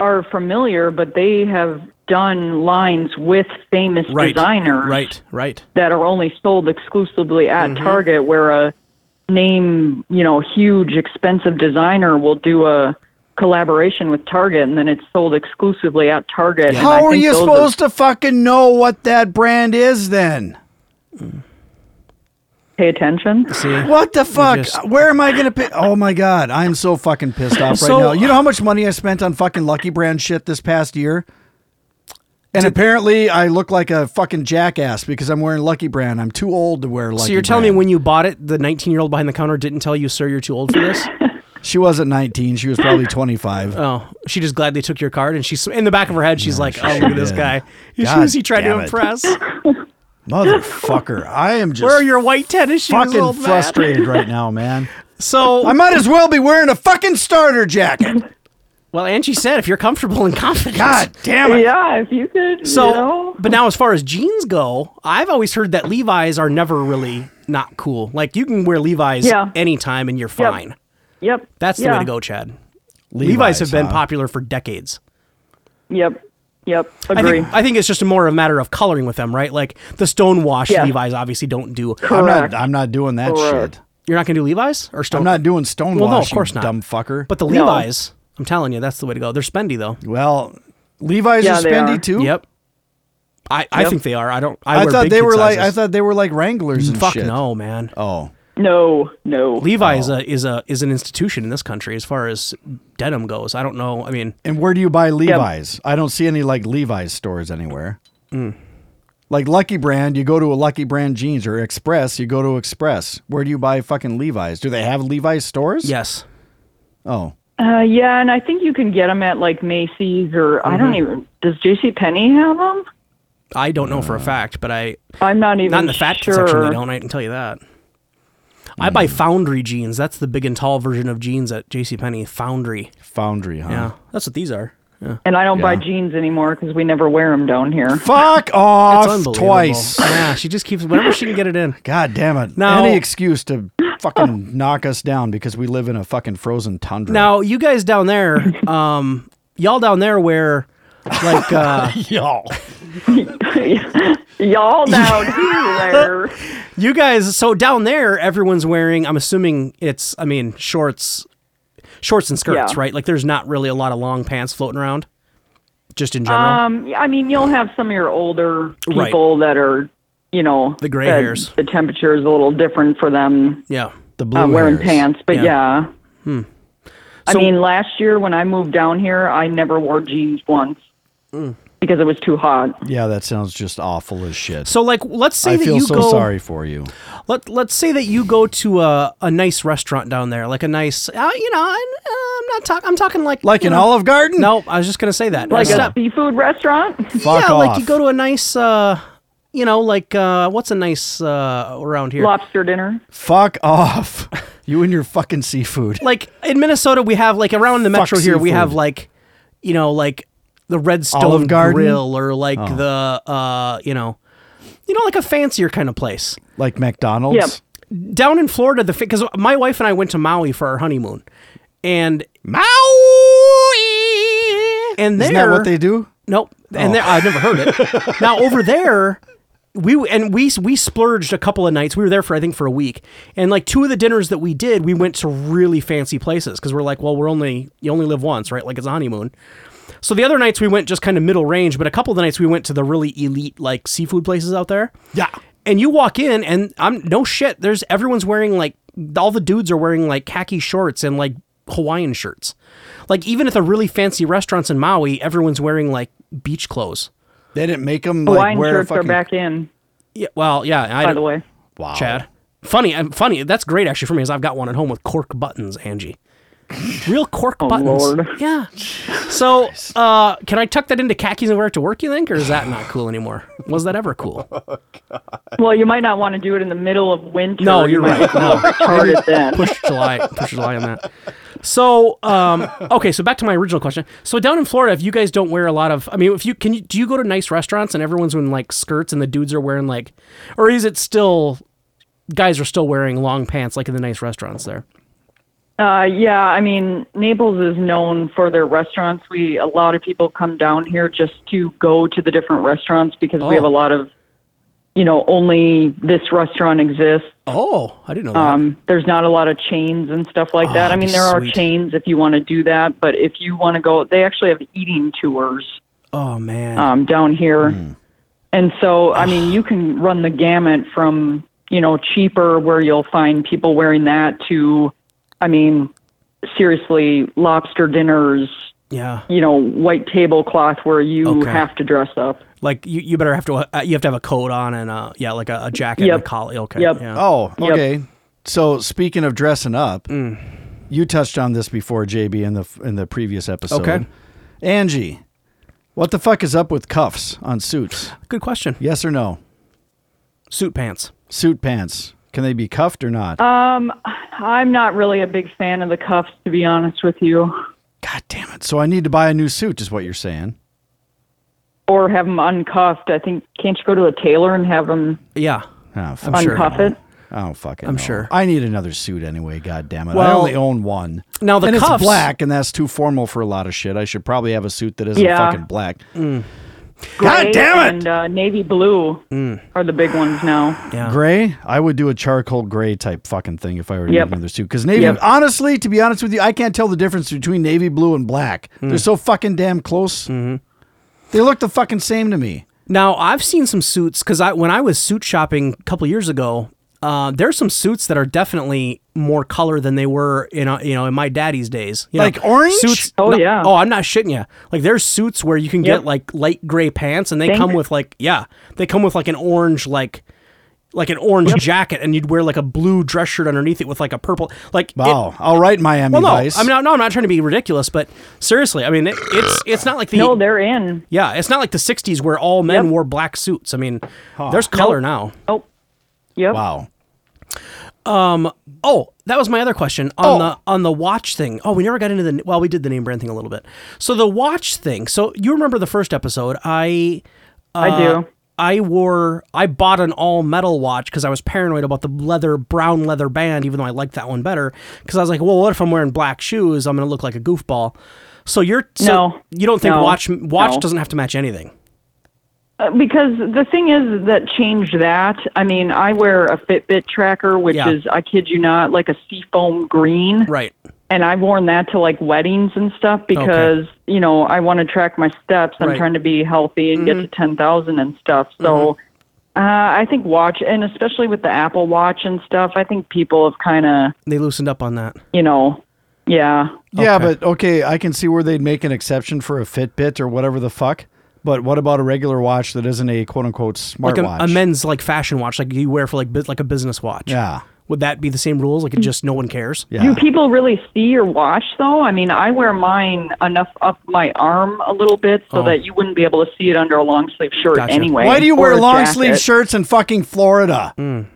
are familiar, but they have done lines with famous right, designers. right, right. that are only sold exclusively at Mm-hmm. Target, where a name, you know, huge, expensive designer will do a collaboration with Target, and then it's sold exclusively at Target. and I How are think you those supposed to fucking know what that brand is then? pay attention? See. What the fuck? just- Where am I gonna pay? Oh my god, I'm so fucking pissed off right So- now. You know how much money I spent on fucking Lucky Brand shit this past year? And apparently, I look like a fucking jackass because I'm wearing Lucky Brand. I'm too old to wear Lucky. So you're telling me Brand. when you bought it, the 19 year old behind the counter didn't tell you, sir, you're too old for this? she wasn't 19; she was probably 25. oh, she just gladly took your card, and she's in the back of her head, she's like, oh, look at this did. guy. Who's God he trying damn to it. impress? Motherfucker, I am just Where are your white tennis shoes, fucking old man? frustrated right now, man. So, I might as well be wearing a fucking starter jacket. well, Angie said, if you're comfortable and confident, God damn it. Yeah, if you could, So, you know. but now as far as jeans go, I've always heard that Levi's are never really not cool. Like you can wear Levi's Yeah. anytime and you're fine. Yep. That's the yeah. way to go, Chad. Levi's, have been huh? popular for decades. Yep. Yep. I Agree. think, I think it's just a more a matter of coloring with them, right? Like the stonewash Yeah. Levi's obviously don't do. I'm not, Correct. I'm not doing that Correct. shit. You're not going to do Levi's or stone. I'm not doing Stonewall, Well, no, of course you not. dumb fucker. But the No. Levi's, I'm telling you, that's the way to go. They're spendy though. well, Levi's Yeah, are they spendy are. too. Yep. I, I Yep. think they are. I don't. I, I, wear thought big they kid were like I sizes. Mm, thought they were like Wranglers and Fuck shit. no, man. Oh. no, no. Levi is a is a is an institution in this country as far as denim goes. I don't know. I mean, And where do you buy Levi's? I don't see any like Levi's stores anywhere. Mm. Like Lucky Brand, you go to a Lucky Brand jeans or Express, you go to Express. Where do you buy fucking Levi's? Do they have Levi's stores? yes. Oh. Uh, yeah, and I think you can get them at like Macy's or I don't Mm-hmm. even. Does JCPenney have them? I don't know for Uh. a fact, but I I'm not even not in the fat sure. section they don't. I can tell you that. I Hmm. buy Foundry jeans. That's the big and tall version of jeans at JCPenney. Foundry. Foundry, huh? Yeah, Oh, that's what these are. Yeah. And I don't buy Yeah. jeans anymore because we never wear them down here. Fuck It's off unbelievable. twice. Yeah, she just keeps whenever she can get it in. God damn it. Now- Any excuse to fucking knock us down because we live in a fucking frozen tundra. Now, you guys down there, um, y'all down there wear like uh, Y'all. Y'all down here. you guys. So down there, everyone's wearing. I'm assuming it's. I mean, shorts, shorts and skirts, Yeah. right? Like, there's not really a lot of long pants floating around, just in general. Uh, Um, I mean, you'll have some of your older Right. people that are, you know, The gray that hairs. The temperature is a little different for them yeah. The blue uh, wearing hairs. pants, but Yeah. Hmm. yeah. I So- Hmm. mean, last year when I moved down here, I never wore jeans once. because it was too hot. Yeah, that sounds just awful as shit. So like let's say I that feel you so go sorry for you. let let's say that you go to a, a nice restaurant down there, like a nice uh, you know, I'm, I'm not talking I'm talking like Like you an know- Olive Garden? No, I was just going to say that. Like I a stopped- seafood restaurant. Fuck yeah, off. like you go to a nice uh you know, like uh what's a nice uh around here? Lobster dinner. Fuck off. You and your fucking seafood. like in Minnesota, we have like around the Fuck metro here, we seafood. have like, you know, like the Redstone Olive Garden? Oh. Grill or like the, uh, you know, you know, like a fancier kind of place. Like McDonald's. Yep. Down in Florida, the because my wife and I went to Maui for our honeymoon, and Maui. and there Isn't that what they do? Nope. And there, I've never heard it. now over there, we and we we splurged a couple of nights. We were there for I think for a week, and like two of the dinners that we did, we went to really fancy places because we're like, well, we're only you only live once, right? Like it's a honeymoon. So the other nights we went just kind of middle range, but a couple of the nights we went to the really elite like seafood places out there. Yeah. And you walk in and I'm no shit. There's everyone's wearing like all the dudes are wearing like khaki shorts and like Hawaiian shirts. Like even at the really fancy restaurants in Maui, everyone's wearing like beach clothes. They didn't make them like Hawaiian wear a shirts fucking. are back in, Yeah, well, yeah. I by don't- the way. Wow. Chad. Funny, I'm funny. That's great actually for me, is I've got one at home with cork buttons, Angie. Real cork buttons. Oh, Lord. Yeah. So, uh, can I tuck that into khakis and wear it to work? You think, or is that not cool anymore? Was that ever cool? Well, you might not want to do it in the middle of winter. No, You you're might right. No. Hard it then. push July, push July on that. So, um, okay, so back to my original question. So down in Florida, if you guys don't wear a lot of, I mean, if you can, you, do you go to nice restaurants and everyone's in like skirts and the dudes are wearing like, or is it still, guys are still wearing long pants like in the nice restaurants there? Uh, yeah, I mean Naples is known for their restaurants. We a lot of people come down here just to go to the different restaurants because Oh. we have a lot of, you know, only this restaurant exists. Oh, I didn't know that. Oh, Um, there's not a lot of chains and stuff like that. I that'd mean, be there are sweet. chains if you want to do that, but if you want to go, they actually have eating tours oh man, Hmm. um, down here. And so, I mean, you can run the gamut from, you know, cheaper where you'll find people wearing that to, I mean, seriously, lobster dinners, yeah. you know, white tablecloth where you Okay. have to dress up. Like you, you better have to, uh, you have to have a coat on and uh, yeah, like a, a jacket and Yep. a collar. Okay. Yep. Yeah. Oh, Yep. okay. So speaking of dressing up, Mm. you touched on this before, JB, in the in the previous episode. Okay. Angie, what the fuck is up with cuffs on suits? Good question. Yes or no? Suit pants. Suit pants. Can they be cuffed or not? I'm not really a big fan of the cuffs, to be honest with you, God damn it. So I need to buy a new suit, is what you're saying. or have them uncuffed. I think, can't you go to a tailor and have them Yeah. Oh, fuck. sure. uncuff it? I don't Oh, fucking I'm know. sure. I need another suit anyway, god damn it. I Well, only own one. now the and cuffs- it's black and that's too formal for a lot of shit. I should probably have a suit that isn't Yeah. fucking black. Gray God damn it. And uh, navy blue are the big ones now. Yeah. Gray? I would do a charcoal gray type fucking thing if I were to Yep. get another suit. Because navy, Yep. honestly, to be honest with you, I can't tell the difference between navy blue and black. Hmm. They're so fucking damn close. Mm-hmm. They look the fucking same to me. Now I've seen some suits because I when I was suit shopping a couple years ago, uh, there's some suits that are definitely more color than they were in uh, you know in my daddy's days. You Like know, orange? suits. Oh, no- yeah. Oh, I'm not shitting you. Like there's suits where you can Yep. get like light gray pants and they Thanks. come with like yeah they come with like an orange like like an orange jacket and you'd wear like a blue dress shirt underneath it with like a purple like it- Wow. All right, Miami well, no, Vice. I'm not. No, I'm not trying to be ridiculous, but seriously, I mean, it, it's it's not like the No, they're in. yeah, it's not like the '60s where all men Yep. wore black suits. I mean, there's color now. Nope. Yep. Wow. Oh, that was my other question Oh. on the on the watch thing. Oh, we never got into the well, we did the name brand thing a little bit. So the watch thing. So you remember the first episode? I I do. I wore I bought an all metal watch because I was paranoid about the leather brown leather band, even though I liked that one better. Because I was like, well, what if I'm wearing black shoes? I'm gonna look like a goofball. So you're so No. you don't think No. watch watch No. doesn't have to match anything. Uh, because the thing is that changed that. I mean, I wear a Fitbit tracker, which Yeah. is, I kid you not, like a seafoam green. Right. And I've worn that to like weddings and stuff because, you know, I want to track my steps. I'm Right. trying to be healthy and get to Mm-hmm. 10,000 and stuff. So uh, I think watch, and especially with the Apple Watch and stuff, I think people have kind of, They loosened up on that. you know, yeah. Yeah, Okay. but okay, I can see where they'd make an exception for a Fitbit or whatever the fuck. But what about a regular watch that isn't a quote unquote smartwatch? like a, a men's like fashion watch, like you wear for like bu- like a business watch. Yeah. Mm. Would that be the same rules? Like it just no one cares. yeah. Do people really see your watch though? I mean, I wear mine enough up my arm a little bit so that you wouldn't be able to see it under a long sleeve shirt Gotcha. anyway. Oh. Why do you or wear a long jacket. sleeve shirts in fucking Florida? Mm.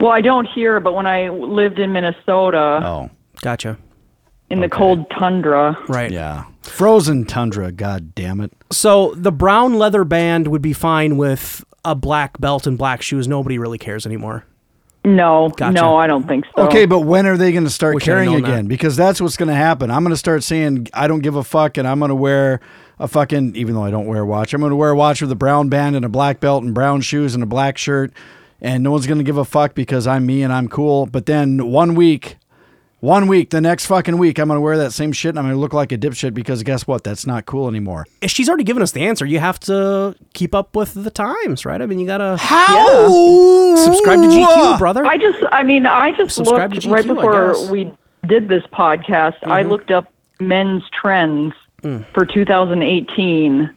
Well, I don't here, but when I lived in Minnesota Oh, Gotcha. in the cold tundra, Right. yeah. Frozen tundra, god damn it. So the brown leather band would be fine with a black belt and black shoes. Nobody really cares anymore. no, Gotcha. no, I don't think so. Okay, but when are they going to start Wish I'd caring known again? that. Because that's what's going to happen. I'm going to start saying I don't give a fuck, and I'm going to wear a fucking even though I don't wear a watch. I'm going to wear a watch with a brown band and a black belt and brown shoes and a black shirt, and no one's going to give a fuck because I'm me and I'm cool. But then one week, one week, the next fucking week, I'm going to wear that same shit and I'm going to look like a dipshit because guess what? That's not cool anymore. Eh, She's already given us the answer. You have to keep up with the times, right? I mean, you gotta How? uh, subscribe to GQ, brother. I just, I mean, I just Subscribe looked to GQ, right I before guess. Mm-hmm. we did this podcast. I looked up men's trends Mm. for 2018,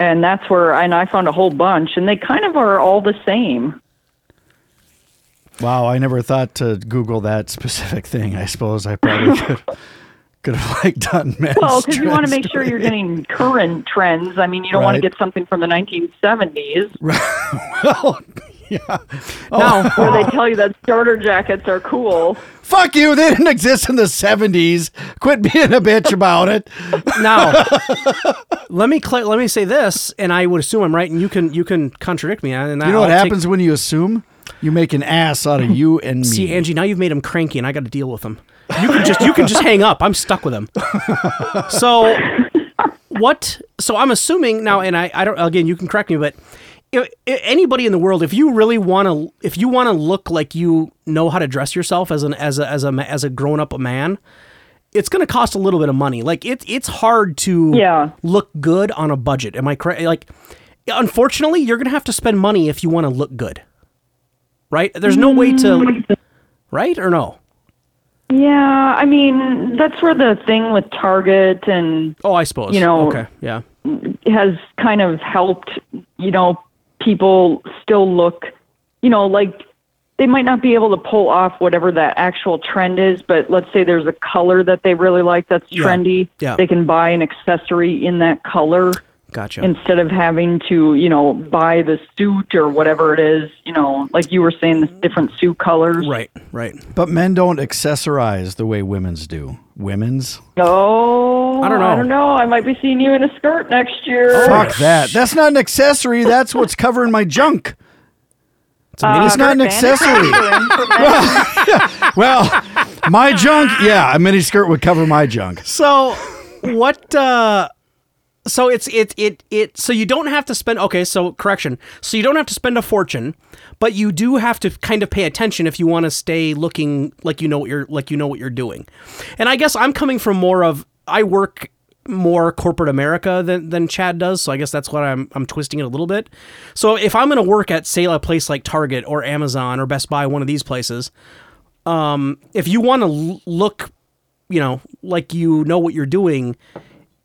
and that's where, and I found a whole bunch, and they kind of are all the same. Wow, I never thought to Google that specific thing. I suppose I probably could, could have like done men's Well, because you want to trends. make sure you're getting current trends. I mean, you don't want Right. to get something from the 1970s now, where they tell you that starter jackets are cool. Fuck you! They didn't exist in the seventies. Quit being a bitch about it. now, let me cla let me say this, and I would assume I'm right, and you can you can contradict me. And You know what happens when you assume? You make an ass out of you and me. See, Angie, now you've made him cranky, and I got to deal with him. You can just you can just hang up. I'm stuck with him. So what? So I'm assuming now, and I I don't again. You can correct me, but i- i- anybody in the world, if you really want to, if you want to look like you know how to dress yourself as an as a as a ma- as a grown up man. It's going to cost a little bit of money. Like it's it's hard to Yeah. look good on a budget. Am I correct? Like, unfortunately, you're going to have to spend money if you want to look good. Right? There's no way to Mm. right or no? Yeah, I mean, that's where the thing with Target and Oh, I suppose. You know- okay, yeah, has kind of helped, you know, people still look, you know, like they might not be able to pull off whatever that actual trend is, but let's say there's a color that they really like that's trendy. yeah. They can buy an accessory in that color gotcha. instead of having to, you know, buy the suit or whatever it is, you know, like you were saying, the different suit colors. right, right. But men don't accessorize the way women's do. Women's? Oh, I don't know. Oh. I don't know. I might be seeing you in a skirt next year. Fuck that. That's not an accessory. That's what's covering my junk. It's a mini It's not an accessory. well, my junk. Yeah, a mini skirt would cover my junk. So what uh so it's it it it so you don't have to spend okay, so correction. So you don't have to spend a fortune, but you do have to kind of pay attention if you want to stay looking like you know what you're like you know what you're doing. And I guess I'm coming from more of I work more corporate America than than Chad does, so I guess that's what I'm I'm twisting it a little bit. So if I'm going to work at say a place like Target or Amazon or Best Buy, one of these places, if you want to l- look, you know, like you know what you're doing,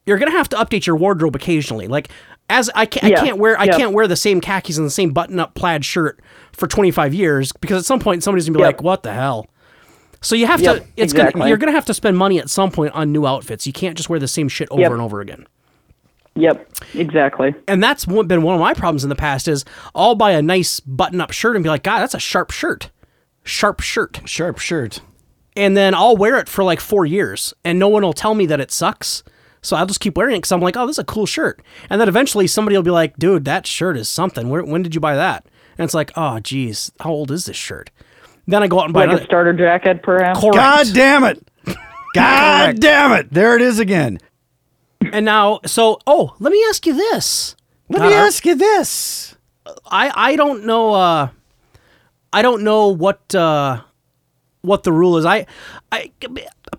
you're gonna have to update your wardrobe occasionally. Like, as I can't, Yeah, I can't wear, I yeah. can't wear the same khakis and the same button-up plaid shirt for 25 years because at some point somebody's gonna be Yep. like, "What the hell." So you have to. Yep, It's gonna. exactly. You're gonna have to spend money at some point on new outfits. You can't just wear the same shit over Yep. and over again. Yep, exactly. And that's one, been one of my problems in the past is I'll buy a nice button-up shirt and be like, "God, that's a sharp shirt, sharp shirt." Sharp shirt. and then I'll wear it for like four years, and no one will tell me that it sucks. So I'll just keep wearing it because I'm like, oh, this is a cool shirt. And then eventually somebody will be like, dude, that shirt is something. Where, when did you buy that? And it's like, oh, geez, how old is this shirt? Then I go out and buy Like another. a starter jacket, perhaps. Correct. God damn it. God damn it. There it is again. And now, so oh, let me ask you this. Let Not me our- ask you this. I I don't know. Uh, I don't know what uh, what the rule is. I I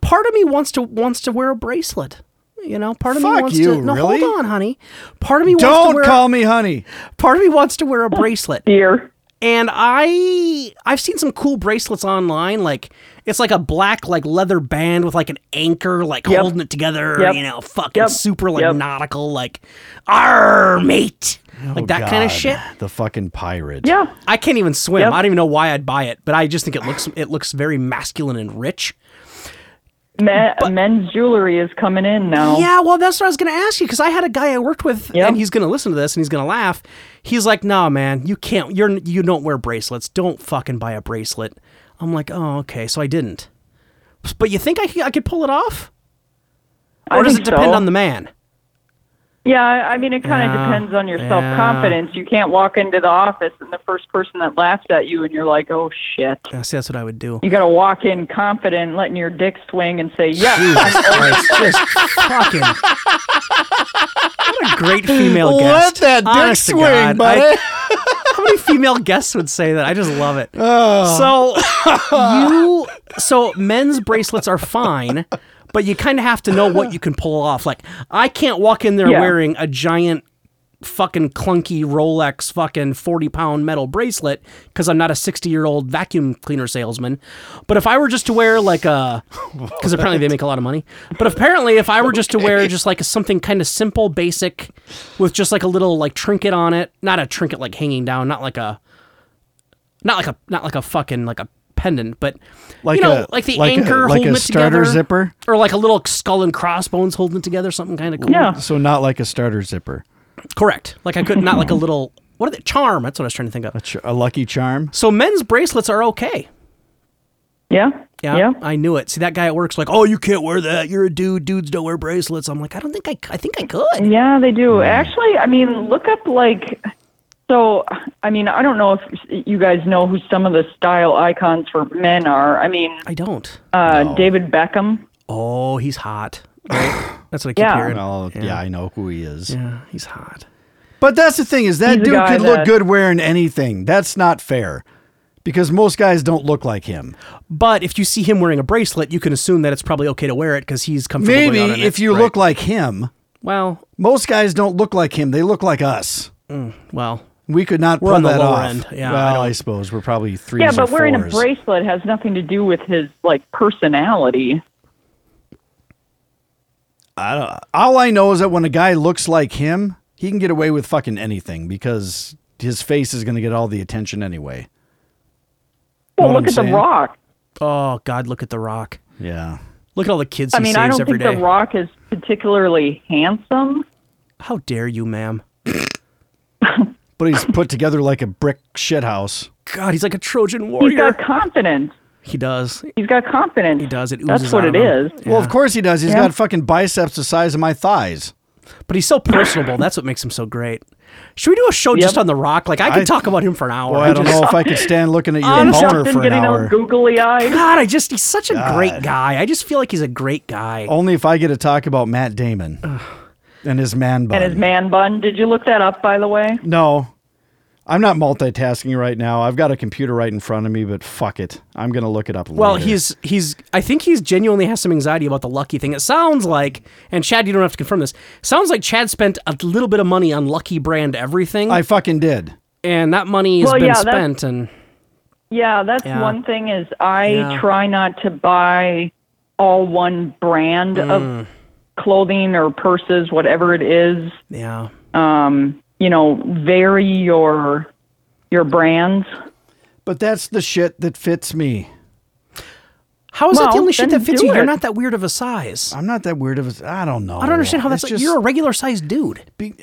part of me wants to wants to wear a bracelet. You know, part of me Fuck wants you, to. No, really? hold on, honey. Part of me wants to Don't wear. call me honey. part of me wants to wear a bracelet Dear. and i i've seen some cool bracelets online like It's like a black like leather band with like an anchor like Yep. holding it together. Yep. You know, fucking Yep. super like Yep. nautical like, arr mate, like that kind of God, shit. The fucking pirate. Yeah. I can't even swim. Yep. I don't even know why I'd buy it, but I just think it looks it looks very masculine and rich. Me- men's jewelry is coming in now. Yeah, well, that's what I was going to ask you because I had a guy I worked with, Yeah. and he's going to listen to this and he's going to laugh. He's like, "Nah, man, you can't. You're you don't wear bracelets. Don't fucking buy a bracelet." I'm like, "Oh, okay." So I didn't. But you think I, c- I could pull it off, I or does it think depend so. on the man? Yeah, I mean, it kind of Yeah, depends on your yeah. self confidence. You can't walk into the office and the first person that laughs at you, and you're like, oh shit. I see. That's what I would do. You got to walk in confident, letting your dick swing, and say, yeah. Jesus Christ, just fucking. What a great female Let guest. that dick Honest to swing, God, buddy. I- how many female guests would say that? I just love it. So you, so men's bracelets are fine, but you kind of have to know what you can pull off. Like I can't walk in there Yeah. wearing a giant fucking clunky Rolex fucking 40 pound metal bracelet because I'm not a 60 year old vacuum cleaner salesman. But if I were just to wear like a, because apparently they make a lot of money, but apparently if I were just to wear just like something kind of simple, basic, with just like a little like trinket on it, not a trinket like hanging down, not like a, not like a, not like a fucking, like a pendant, but Like you know, a- like the like a- anchor like a holding it starter together, zipper? or like a little skull and crossbones holding it together, something kind of cool. Yeah. So not like a starter zipper, Correct. Like I could not like a little what are they charm? That's what I was trying to think of. Ch- a lucky charm. So men's bracelets are okay. Yeah. Yeah, I knew it. See that guy at work's like, oh, you can't wear that. You're a dude. Dudes don't wear bracelets. I'm like, I don't think I. c- I think I could. Yeah, they do. Mm. Actually, I mean, look up like so I mean, I don't know if you guys know who some of the style icons for men are. I mean, I don't. uh David Beckham. Oh, he's hot. Right? That's what I keep Yeah. hearing. Well, Oh, yeah. I know who he is. Yeah, he's hot. But that's the thing is that He's a dude guy could look that- good wearing anything. That's not fair, because most guys don't look like him. But if you see him wearing a bracelet, you can assume that it's probably okay to wear it because he's comfortable. Maybe if you look like him, well, most guys don't look like him. They look like us. well, We could not We're pull on the that lower off. end. Yeah, I well, don't- I, suppose we're probably three. Yeah, but wearing a fours. bracelet has nothing to do with his like personality. All I know is that when a guy looks like him, he can get away with fucking anything because his face is going to get all the attention anyway. Well, Know what look I'm at saying? The Rock. oh God, look at the Rock. Yeah. Look at all the kids he I mean, saves I don't every think day. The Rock is particularly handsome. How dare you, ma'am? But he's put together like a brick shithouse. God, he's like a Trojan He's warrior. got confidence. He does. He's got confidence. He does. It That's oozes what out it of him. is. Well, of course he does. He's Yeah. got fucking biceps the size of my thighs. But he's so personable. That's what makes him so great. Should we do a show just Yep. on The Rock? Like I could I- talk about him for an hour. Boy, I don't know if I could stand looking at your Honestly, boner Justin for an getting all hour. googly eyed. God, I just he's such a great God. Oh, guy. I just feel like he's a great guy. Only if I get to talk about Matt Damon and his man bun. And his man bun. Did you look that up, by the way? no, I'm not multitasking right now. I've got a computer right in front of me, but fuck it. I'm going to look it up later. well, he's he's I think he's genuinely has some anxiety about the lucky thing. It sounds like and Chad, you don't have to confirm this. Sounds like Chad spent a little bit of money on lucky brand everything I fucking did. and that money has Well, been yeah, that's- spent and Yeah, that's Yeah. one thing is I Yeah. try not to buy all one brand Mm. of clothing or purses, whatever it is. yeah. Um, you know, vary your your brands. But that's the shit that fits me. How is that the Well, only shit then that fits do you? You're it. not that weird of a size. I'm not that weird of a. I don't know. I don't understand how that's Oh, It's like, you're a regular sized dude. be-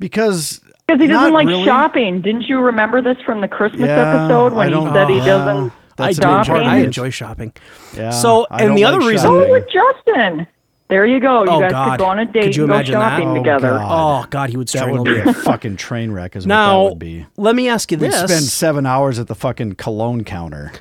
because Because he doesn't Not like really. shopping. Didn't you remember this from the Christmas Yeah, episode I when he don't- said he oh, doesn't that's a I do big stop enjoy, part of it. I shopping? enjoy shopping. Yeah, so, I and don't the other like reason, shopping. Oh, with Justin. There you go. You Oh, guys God. could go on a Could date you and go imagine that? shopping Oh, together. God. oh god, he would that would strangle be me. a fucking train wreck. Is what that Now, would be. let me ask you We this: spend seven hours at the fucking cologne counter.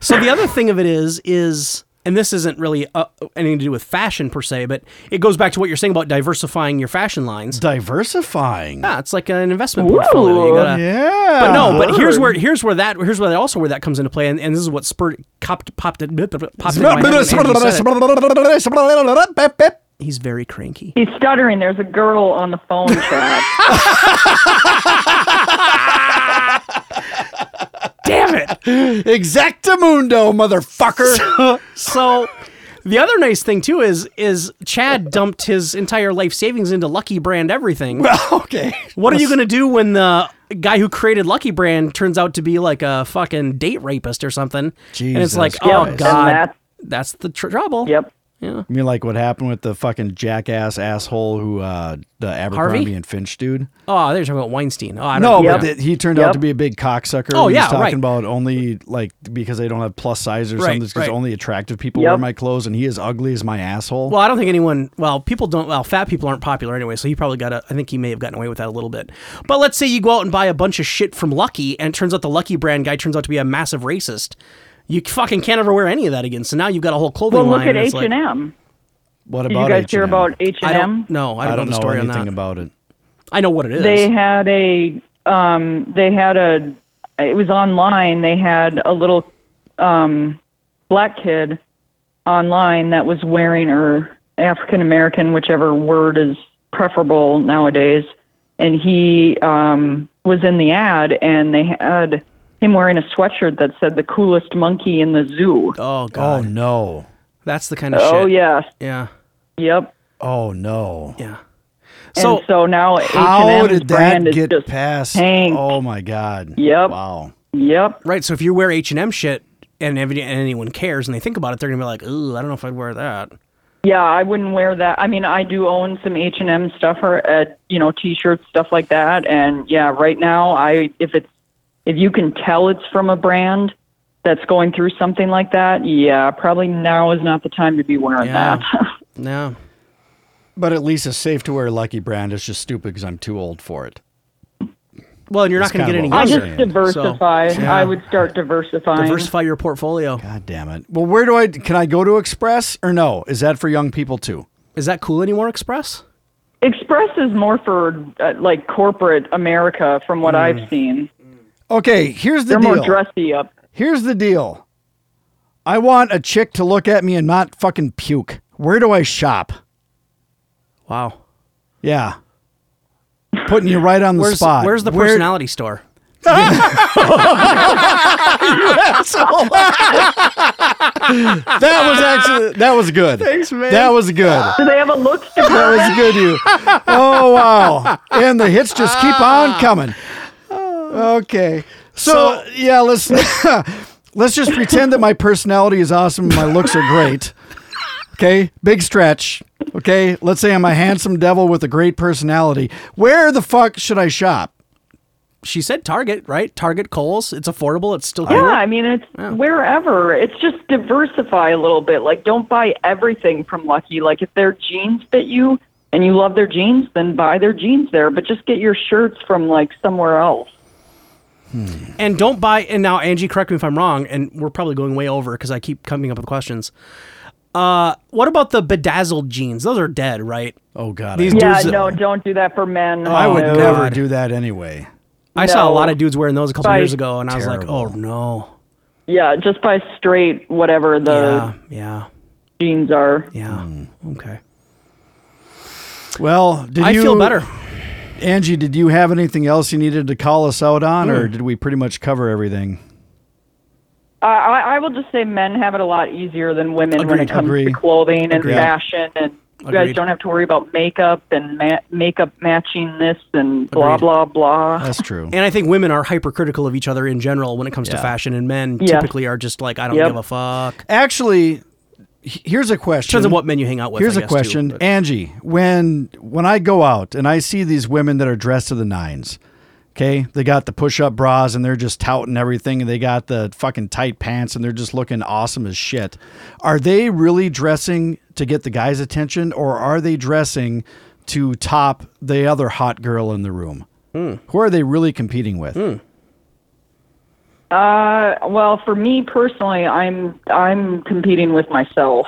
So the other thing of it is, is and this isn't really uh, anything to do with fashion per se, but it goes back to what you're saying about diversifying your fashion lines. Diversifying. Yeah, it's like an investment portfolio. You Ooh. gotta, Yeah. But no, but here's Word. where here's where that here's where that also where that comes into play, and, and this is what spurred copped, popped it popped into my head when Andy said it. He's very cranky. He's stuttering. There's a girl on the phone, Chad. Damn it! Exactamundo, motherfucker. So the other nice thing too is is Chad dumped his entire life savings into Lucky Brand everything. okay. What are you gonna do when the guy who created Lucky Brand turns out to be like a fucking date rapist or something? and Jesus it's like, Christ. oh And god, that's- that's the tr- trouble. Yep. You mean like what happened with the fucking jackass asshole who uh the Abercrombie Harvey? and Finch dude? Oh, they're talking about Weinstein. Oh, I don't No, know. but Yep. that he turned out Yep. to be a big cocksucker. Oh, when he yeah, was talking right. about only like because they don't have plus size or Right, something. Because right. only attractive people Yep. wear my clothes, and he is ugly as my asshole. Well, I don't think anyone. Well, people don't. Well, fat people aren't popular anyway, so he probably got. A, I think he may have gotten away with that a little bit. But let's say you go out and buy a bunch of shit from Lucky, and it turns out the Lucky brand guy turns out to be a massive racist. You fucking can't ever wear any of that again. So now you've got a whole clothing Well, look line. at and it's H like, and M. what Did about you guys H&M? hear about H I and M? don't know. I I don't, don't know know the story on anything that. about it. I know what it is. They had a. Um, they had a. It was online. They had a little um, black kid online that was wearing or African American, whichever word is preferable nowadays. And he um, was in the ad, and they had him wearing a sweatshirt that said "the coolest monkey in the zoo." oh Oh god, no! that's the kind of Oh shit. yes, yeah, yep. Oh no! yeah, So and so now How H&M's did that brand is get just past? tanked. Oh my god! Yep. Wow. Yep. right. So if you wear H and M shit, and, ev- and anyone cares, and they think about it, they're gonna be like, ooh, I don't know if I'd wear that. Yeah, I wouldn't wear that. I mean, I do own some H and M stuff or at you know T-shirts, stuff like that. And yeah, right now, I if it's if you can tell it's from a brand that's going through something like that, yeah, probably now is not the time to be wearing Yeah. that. No. But at least it's safe to wear Lucky Brand. It's just stupid because I'm too old for it. Well, and you're It's not kind gonna of get any a- I So, younger. just diversify. yeah. I would start diversifying. Diversify your portfolio. God damn it! Well, where do I? Can I go to Express or no? Is that for young people too? Is that cool anymore, Express? Express is more for uh, like corporate America, from Hmm. what I've seen. Okay, here's the They're deal. more dressy up. Here's the deal. I want a chick to look at me and not fucking puke. Where do I shop? Wow. Yeah. Putting you right on the Where's spot. where's the Where- personality store? That was actually that was good. Thanks, man. That was good. Do they have a look? That was good you. Oh wow. And the hits just keep Ah. on coming. Okay. So, yeah, let's let's just pretend that my personality is awesome and my looks are great. Okay? Big stretch. Okay? Let's say I'm a handsome devil with a great personality. Where the fuck should I shop? She said Target, right? Target, Kohl's. It's affordable. It's still cool. Yeah, I mean it's wherever. It's just diversify a little bit. Like don't buy everything from Lucky. Like if their jeans fit you and you love their jeans, then buy their jeans there, but just get your shirts from like somewhere else. And don't buy. And now, Angie, correct me if I'm wrong. And we're probably going way over because I keep coming up with questions. Uh, what about the bedazzled jeans? Those are dead, right? Oh god. These I, Yeah, dudes. no, don't do that for men. Oh, I would No. never do that anyway. I saw a no. lot of dudes wearing those a couple Right. years ago, and I was like, oh Terrible. no. Yeah, just buy straight whatever the Yeah, yeah, jeans are. yeah. Okay. Well, did I you feel better. Angie, did you have anything else you needed to call us out on or Mm. did we pretty much cover everything? I, I I will just say men have it a lot easier than women when Agreed. it comes Agree. to clothing and Agree. fashion, and you Agreed. guys don't have to worry about makeup and ma- makeup matching this and blah Agreed. blah blah. That's true. And I think women are hypercritical of each other in general when it comes to Yeah. fashion, and men Yeah. typically are just like, I don't Yep. give a fuck. Actually, h- here's a question. Depends on what men you hang out with. Here's a I guess, too, question, but- Angie. When when I go out and I see these women that are dressed to the nines, okay, they got the push-up bras and they're just touting everything, and they got the fucking tight pants and they're just looking awesome as shit. Are they really dressing to get the guy's attention, or are they dressing to top the other hot girl in the room? Who are they really competing with? Uh, well, for me personally, I'm I'm competing with myself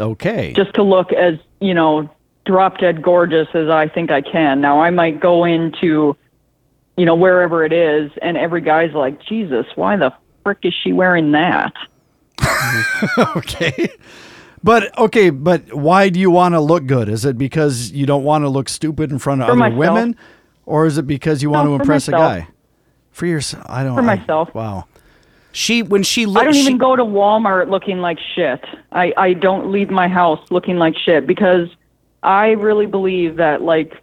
Okay, just to look as you know drop dead gorgeous as I think I can. Now I might go into you know wherever it is, and every guy's like, Jesus, why the frick is she wearing that? okay. But okay, but why do you want to look good? Is it because you don't want to look stupid in front of other myself. women, or is it because you want No, to for impress a myself. guy? For yourself, I don't. For I- myself. wow. She when she I don't she, even go to Walmart looking like shit. I, I don't leave my house looking like shit because I really believe that like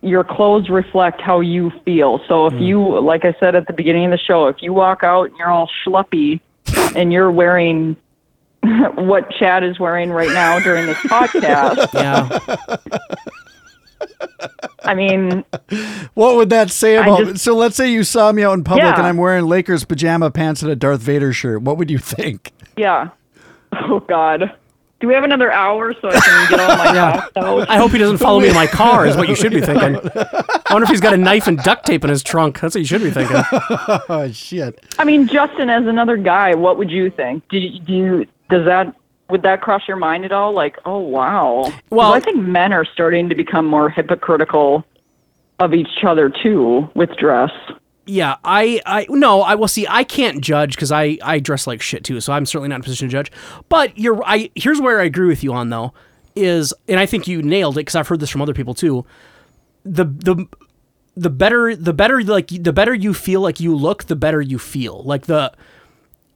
your clothes reflect how you feel. So if you like I said at the beginning of the show, if you walk out and you're all schluppy and you're wearing what Chad is wearing right now during this podcast, Yeah. I mean What would that say about? just- so let's say you saw me out in public Yeah. and I'm wearing Lakers pajama pants and a Darth Vader shirt. What would you think? yeah. Oh God. Do we have another hour so I can get all my thoughts out? I hope he doesn't follow me in my car is what you should be thinking. I wonder if he's got a knife and duct tape in his trunk. That's what you should be thinking. Oh shit! I mean, Justin, as another guy, what would you think? Do you, do you does that would that cross your mind at all? Like, oh wow. Well- I think men are starting to become more hypocritical of each other too with dress. Yeah, I, I no, I will see. I can't judge because I, I dress like shit too, so I'm certainly not in a position to judge. But you're, I here's where I agree with you on though is, and I think you nailed it because I've heard this from other people too. The the the better the better like the better you feel like you look, the better you feel like the.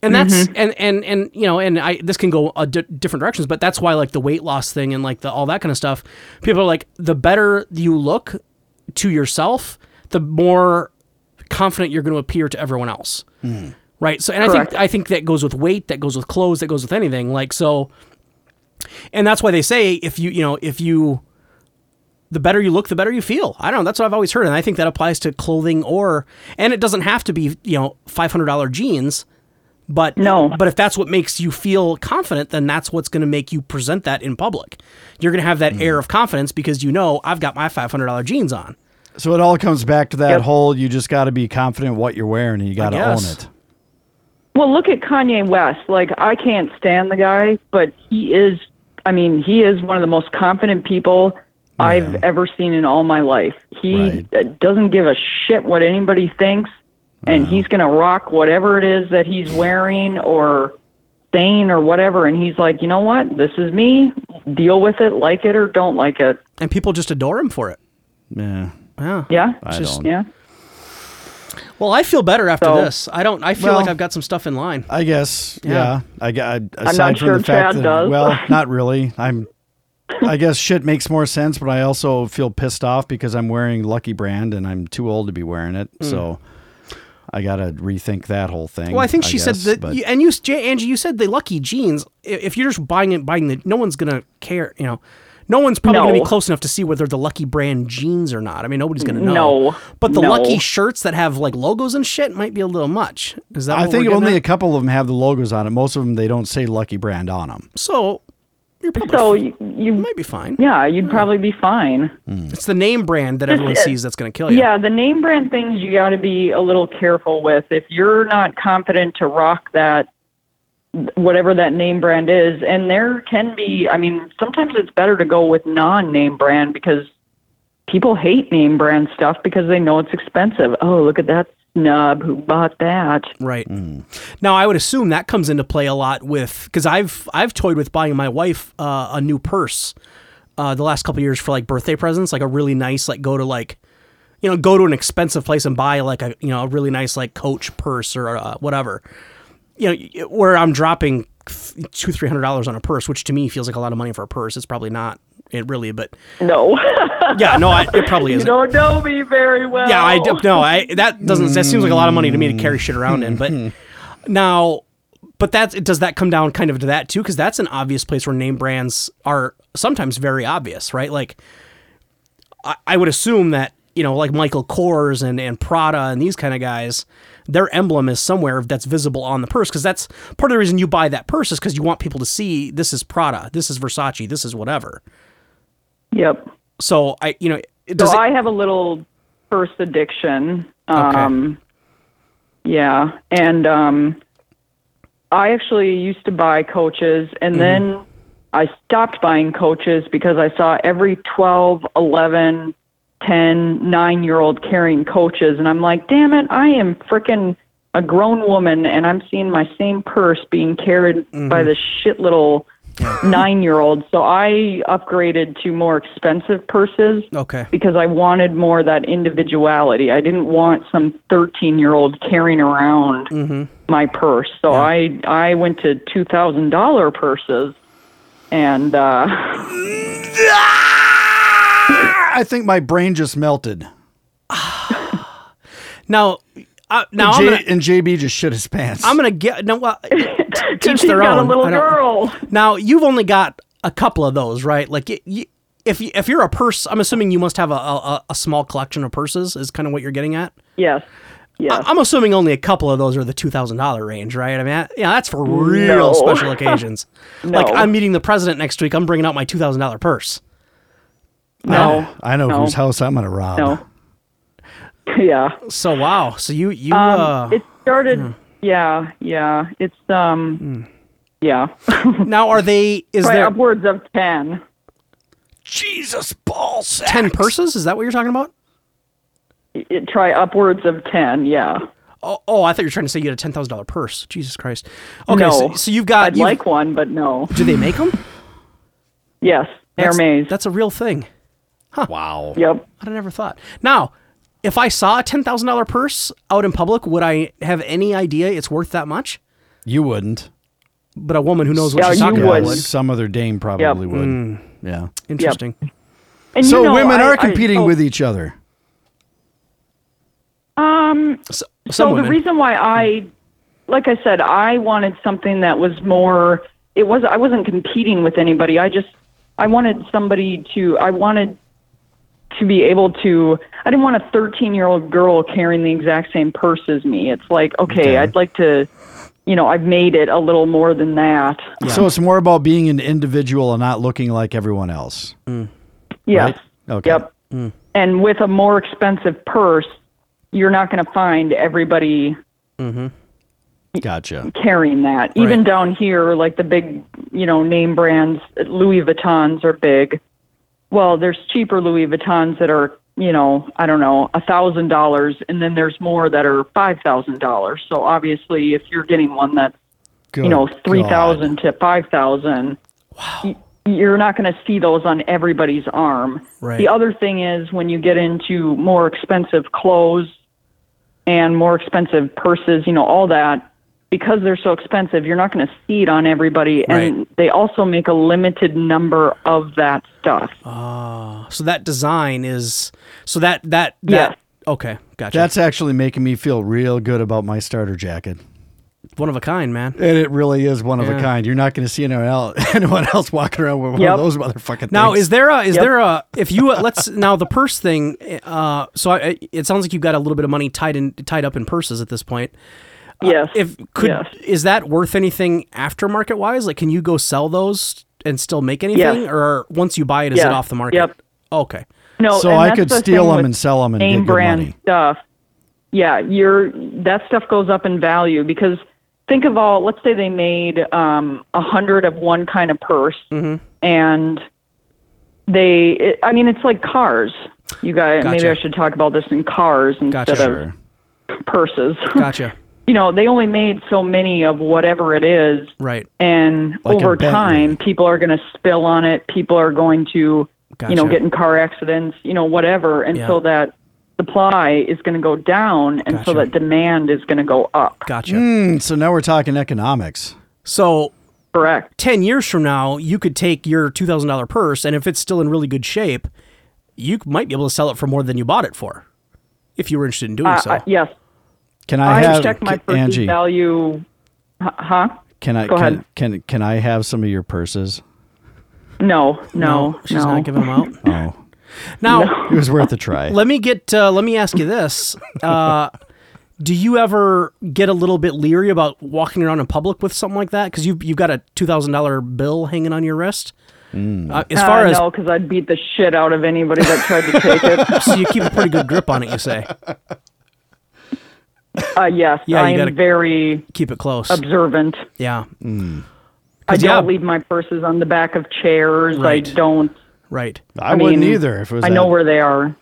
And that's and, and and you know and I this can go a di- different directions, but that's why like the weight loss thing and like the all that kind of stuff. People are like, the better you look to yourself, the more confident you're going to appear to everyone else. Right. So, and I Correct. think I think that goes with weight, that goes with clothes, that goes with anything. Like so, and that's why they say if you you know if you the better you look, the better you feel. I don't know. That's what I've always heard, and I think that applies to clothing or and it doesn't have to be you know five hundred dollar jeans. But No. but if that's what makes you feel confident, then that's what's going to make you present that in public. You're going to have that air of confidence because you know I've got my five hundred dollar jeans on. So it all comes back to that Yep. whole: you just got to be confident in what you're wearing and you got to own guess. it. Well, look at Kanye West. Like, I can't stand the guy, but he is. I mean, he is one of the most confident people I've ever seen in all my life. He Right. uh, doesn't give a shit what anybody thinks, Uh-huh. and he's gonna rock whatever it is that he's wearing or saying or whatever. And he's like, you know what? This is me. Deal with it, like it or don't like it. and people just adore him for it. Yeah. Yeah. Yeah. I Just- don't. Yeah. Well, I feel better after So- this. I don't. I feel Well- like I've got some stuff in line. I guess. Yeah. Yeah. I gu- I, aside not from sure the fact Chad that, does. well, not really. I'm. I guess shit makes more sense, but I also feel pissed off because I'm wearing Lucky Brand and I'm too old to be wearing it. Hmm. So I got to rethink that whole thing. Well, I think she guess, said that, but- you, and you, J, Angie, you said the lucky jeans. i- If you're just buying it, buying the, no one's gonna care. You know, no one's probably gonna No. be close enough to see whether the lucky brand jeans or not. I mean, nobody's gonna know. No. But the No. lucky shirts that have like logos and shit might be a little much. Is that? I what think we're getting only a at? couple of them have the logos on it. Most of them they don't say Lucky Brand on them. so. You're probably So so, you, you might be fine. yeah, you'd probably be fine. It's the name brand that everyone sees that's gonna kill you. Yeah, the name brand things you got to be a little careful with. If you're not confident to rock that, whatever that name brand is, and there can be, I mean, sometimes it's better to go with non name brand because people hate name brand stuff because they know it's expensive. Oh, look at that snub who bought that. Right. Now I would assume that comes into play a lot with because I've I've toyed with buying my wife uh, a new purse uh, the last couple years for like birthday presents, like a really nice like go to like you know go to an expensive place and buy like a you know a really nice like Coach purse or uh, whatever you know y- where I'm dropping th- two three hundred dollars on a purse, which to me feels like a lot of money for a purse. It's probably not it really, but No, yeah, no, I, it probably you isn't. don't know me very well. Yeah, I d- no, I that doesn't that seems like a lot of money to me to carry shit around in. But now, but that's does that come down kind of to that too? Because that's an obvious place where name brands are sometimes very obvious, right? Like, I, I would assume that you know, like Michael Kors and and Prada and these kind of guys, their emblem is somewhere that's visible on the purse because that's part of the reason you buy that purse is because you want people to see this is Prada, this is Versace, this is whatever. Yep. So I, you know, it So does. I have a little purse addiction. Um, Yeah, and um, I actually used to buy coaches, Mm-hmm. and then I stopped buying coaches because I saw every 12, 11, 10, 9 year old carrying coaches, and I'm like, damn it, I am frickin' Mm-hmm. a grown woman, and I'm seeing my same purse being carried by this shit little nine year olds. So I upgraded to more expensive purses Okay. because I wanted more of that individuality. I didn't want some 13 year old carrying around Mm-hmm. my purse. So I I went to two thousand dollar purses, and uh, I think my brain just melted. Now, uh, now I'm J- gonna and JB just shit his pants. I'm gonna get no. Well, teach she's their got own. a little I don't- girl. Now you've only got a couple of those, right? Like y y if you, if you're a purse, I'm assuming you must have a, a, a small collection of purses. Is kind of what you're getting at. Yes, yes. I- I'm assuming only a couple of those are the two thousand dollar range, right? I mean, that, yeah, that's for real No. special occasions. Like No. I'm meeting the president next week. I'm bringing out my two thousand dollar purse. no, I know no, whose house I'm gonna rob. No. Yeah. So wow. So you you uh, it started. Yeah, yeah. It's um, yeah. uh, now are they? Is Probably Hmm. there upwards of ten. Jesus ball sack. ten purses? Is that what you're talking about? Y- y- try upwards of ten. Yeah. Oh, oh I thought you were trying to say you had a ten thousand dollar purse. Jesus Christ. Okay, so, No. so you've got. I'd you've- like one, but no. do they make them? Yes, Hermes. That's a real thing. Wow. Yep. I'd have never thought. Now, if I saw a ten thousand dollar purse out in public, would I have any idea it's worth that much? You wouldn't. But a woman who knows what Yeah, she's you talking about wouldn't. would. Some other dame probably Yep. would. Yeah. Interesting. And Mm. So you know, women I- are I- competing oh, with each other. So, So some women. the reason why I, like I said, I wanted something that was more. It was I wasn't competing with anybody. I just I wanted somebody to. I wanted to be able to. I didn't want a 13 year old girl carrying the exact same purse as me. It's like okay, I'd like to. You know, I've made it a little more than that. So it's more about being an individual and not looking like everyone else. Yes. Right? Okay. Hmm. Yep. And with a more expensive purse, you're not going to find everybody Gotcha. carrying that. Even Right. down here, like the big, you know, name brands, Louis Vuittons are big. Well, there's cheaper Louis Vuittons that are, you know, I don't know, a thousand dollars, and then there's more that are five thousand dollars. So obviously, if you're getting one that's Good you know God. three thousand to five thousand, wow, you're not going to see those on everybody's arm. Right. The other thing is when you get into more expensive clothes and more expensive purses, you know, all that, because they're so expensive, you're not going to see it on everybody. And they also make a limited number of that stuff. Uh, so that design is. So that that Yeah. that. Okay, gotcha. That's actually making me feel real good about my starter jacket. one of a kind, man. And it really is one of Yeah. a kind. You're not going to see anyone else, anyone else walking around with one Yep. of those motherfucking Now, things. is there a is Yep. there a if you uh, let's now the purse thing? Uh, so I, it sounds like you've got a little bit of money tied in tied up in purses at this point. yes. If could Yes. is that worth anything aftermarket wise? Like, can you go sell those and still make anything, Yes. or once you buy it, is it Yes. off the market? Yep. Okay. no, so and I that's could the steal thing them with and sell them and get name good brand money. stuff. Yeah, you're that stuff goes up in value because think of all. Let's say they made um, a hundred of one kind of purse, Mm-hmm. and they. It, I mean, it's like cars. You guys, maybe Gotcha. I should talk about this in cars instead Gotcha. of purses. Gotcha. you know, they only made so many of whatever it is, Right. and Like a over Bentley. time people are going to spill on it people are going to you Gotcha. know get in car accidents you know whatever and Yeah. so that supply is going to go down and so Gotcha. that demand is going to go up Gotcha. Mm. Hmm, so now we're talking economics. So correct 10 years from now, you could take your $2,000 purse, and if it's still in really good shape, you might be able to sell it for more than you bought it for if you were interested in doing Uh, so. uh, yes Can i, I, have checked my ca- purchase Angie? value Huh- huh Can I Go can, ahead. can can I have some of your purses? no no No, she's not giving them Oh, out. Now, it was worth a try. let me get uh, let me ask you this. Uh, do you ever get a little bit leery about walking around in public with something like that cuz you you've got a $2,000 bill hanging on your wrist? Uh, as far uh, as no, because I'd beat the shit out of anybody that tried to take it. so you keep a pretty good grip on it, you say. Uh, yes, Yeah, you I am gotta- very Keep it close. Um, observant. Yeah. I 'Cause, yeah, don't leave my purses on the back of chairs. Right. I don't right. I, wouldn't mean, either if it was. I that- know where they are.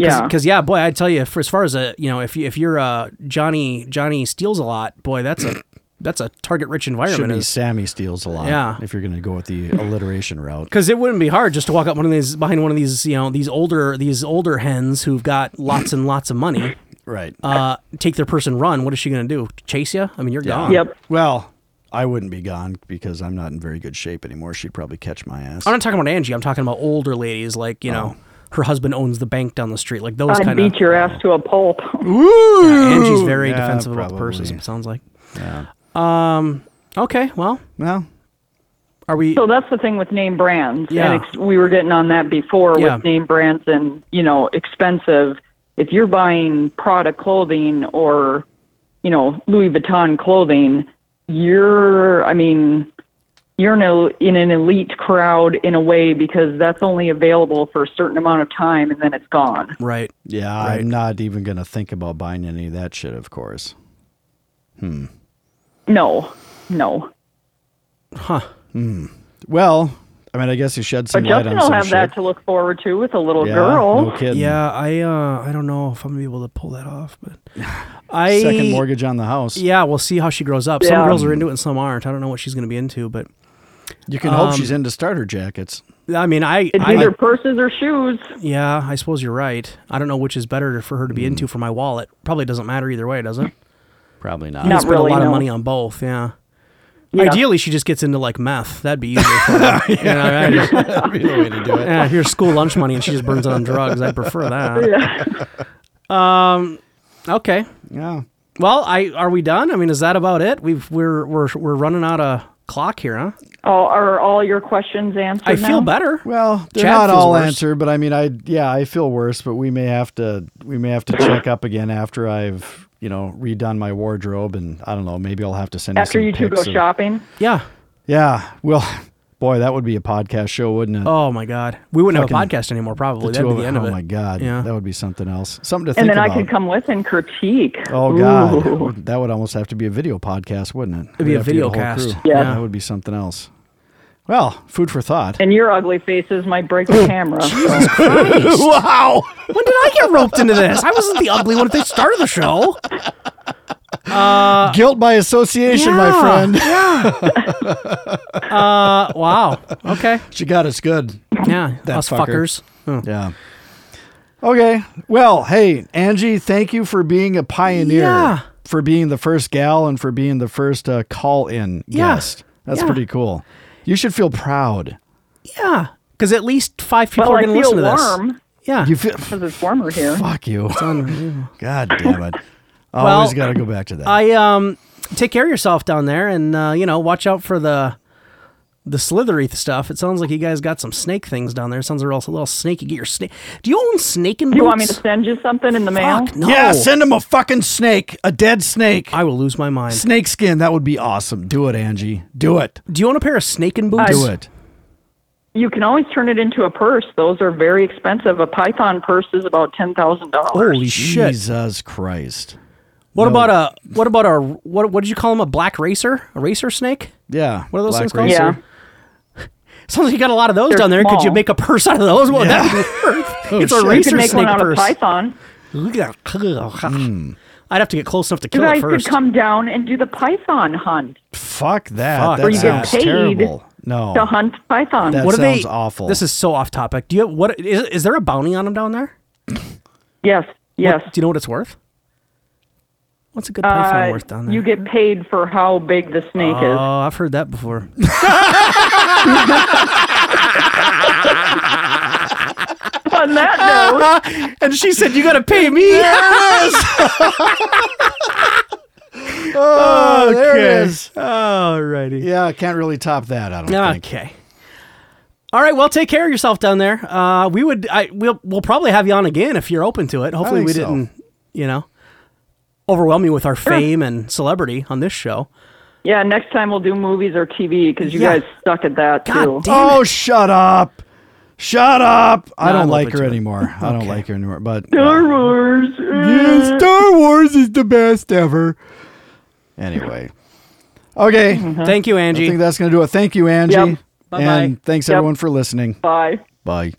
Yeah. because yeah. boy, I tell you, for as far as a you know, if you, if you're uh, Johnny Johnny steals a lot, boy, that's a that's a target rich Should environment. be Is Sammy steals a lot. Yeah. If you're going to go with the alliteration route. because it wouldn't be hard just to walk up one of these behind one of these you know these older these older hens who've got lots and lots of money. Right. Uh, take their purse and run. What is she going to do? Chase you? I mean, you're gone. Yep. Well, I wouldn't be gone because I'm not in very good shape anymore. She'd probably catch my ass. I'm not talking about Angie. I'm talking about older ladies like Oh. you know her husband owns the bank down the street. Like those I'd kind of. beat your ass to a pulp. Mm. Angie's very Yeah, defensive about the probably. purses. It sounds like. Um. Okay. Well, Well, are we? So that's the thing with name brands. Yeah. And ex- we were getting on that before Yeah. with name brands and, you know, expensive. If you're buying Prada clothing or, you know, Louis Vuitton clothing, you're, I mean, you're in, a, in an elite crowd in a way because that's only available for a certain amount of time and then it's gone. Right. yeah, I'm not even going to think about buying any of that shit, of course. No, no. Well, I mean, I guess you shed some But light Justin on will some have shit. that to look forward to with a little yeah, girl. No kidding. Yeah. I. Uh. I don't know if I'm gonna be able to pull that off, but I. Second mortgage on the house. Yeah, we'll see how she grows up. Some Yeah. girls are into it and some aren't. I don't know what she's going to be into, but You can hope she's into starter jackets. I mean, I, It's I either purses or shoes. yeah, I suppose you're right. I don't know which is better for her Mm. to be into for my wallet. Probably doesn't matter either way, does it? Probably not. You No. can spend a really, lot of no. money on both. Yeah. Yeah. Ideally, she just gets into like meth. That'd be easier. For her. You know, I just- That'd be the way to do it. yeah, here's school lunch money, and she just burns it on drugs. I prefer that. Yeah. Okay. Yeah. Well, I are we done? I mean, is that about it? We've we're we're we're running out of clock here, huh? Oh, are all your questions answered? I feel now? better. Well, they're Chad not feels all worse. answered, but I mean, I yeah, I feel worse, but we may have to we may have to check up again after I've you know redone my wardrobe, and I don't know, maybe I'll have to send After you some you two pics go of- shopping, Yeah. Yeah, well, boy, that would be a podcast show, wouldn't it? Oh my god, we wouldn't have a Fucking- podcast anymore. Probably Two that'd be of- the end oh of it. my god, Yeah. that would be something else, something to think and then about. I could come with and critique. Oh god, that Ooh. would, that would almost have to be a video podcast, wouldn't it? It'd be a video cast. Yeah. that would be something else. Well, food for thought. And your ugly faces might break the camera. so. wow. When did I get roped into this? I wasn't the ugly one at the start of the show. Guilt by association, my Uh, Yeah. friend. Uh, wow. Okay. She got us good. Yeah. That us fucker. fuckers. Oh. Yeah. Okay. Well, hey, Angie, thank you for being a pioneer, Yeah. for being the first gal, and for being the first uh, call in Yeah. guest. That's Yeah. pretty cool. You should feel proud. Yeah. Because at least five people well, are I going to feel listen to this. warm Yeah. You feel. because it's warmer here. Fuck you. God damn it. I Well, Always got to go back to that. I um, take care of yourself down there, and uh, you know, watch out for the the slithery stuff. It sounds like you guys got some snake things down there. sounds a little, a little snaky. Get your snake. Do you own snake and Do you want me to send you something in the mail? Fuck no. Yeah, send him a fucking snake, a dead snake. I will lose my mind. snake skin. That would be awesome. Do it, Angie. Do it. Do you own a pair of snake and boots? Do it. You can always turn it into a purse. Those are very expensive. A python purse is about ten thousand dollars. Holy shit. Jesus Christ. What No. about a what about a what what did you call him a black racer a racer snake? Yeah. What are those things called? racer. Yeah. Sounds like you got a lot of those They're down there. Could you small. Oh, make a purse out of those? What would that be worth? it's shit. a You You racer could make snake one out of purse. python. Look at that. I'd have to get close enough to You kill it guys first. could come down and do the python hunt Fuck that. Fuck That Or you get sounds paid terrible. No. Oh. to hunt python. That what are sounds they? awful. This is so off topic. Do you have, what is, is there a bounty on them down there? yes, yes. Do you know what it's worth? What's a good python Uh, worth down there? you get paid for how big the snake oh, is. I've heard that before. On that note. and she said, "You got to pay me." oh, there it Okay. is. Alrighty. Yeah, can't really top that, I don't think. Okay. All right. Well, take care of yourself down there. Uh, we would. I we'll we'll probably have you on again if you're open to it. Hopefully, think we so. didn't. You know, overwhelm you with our fame and celebrity on this show. Yeah, next time we'll do movies or TV because you Yeah. guys suck at that God too. damn- Oh, shut up. Shut up. I No, I'm don't like open her to it. anymore. I don't like her anymore. But Star Wars. Yeah, Star Wars is the best ever. Anyway. Okay. Thank you, I Angie. think that's going to do it. Thank you, Angie. Yep. Mm-hmm. Bye-bye. And thanks, Yep. everyone, for listening. Bye. Bye.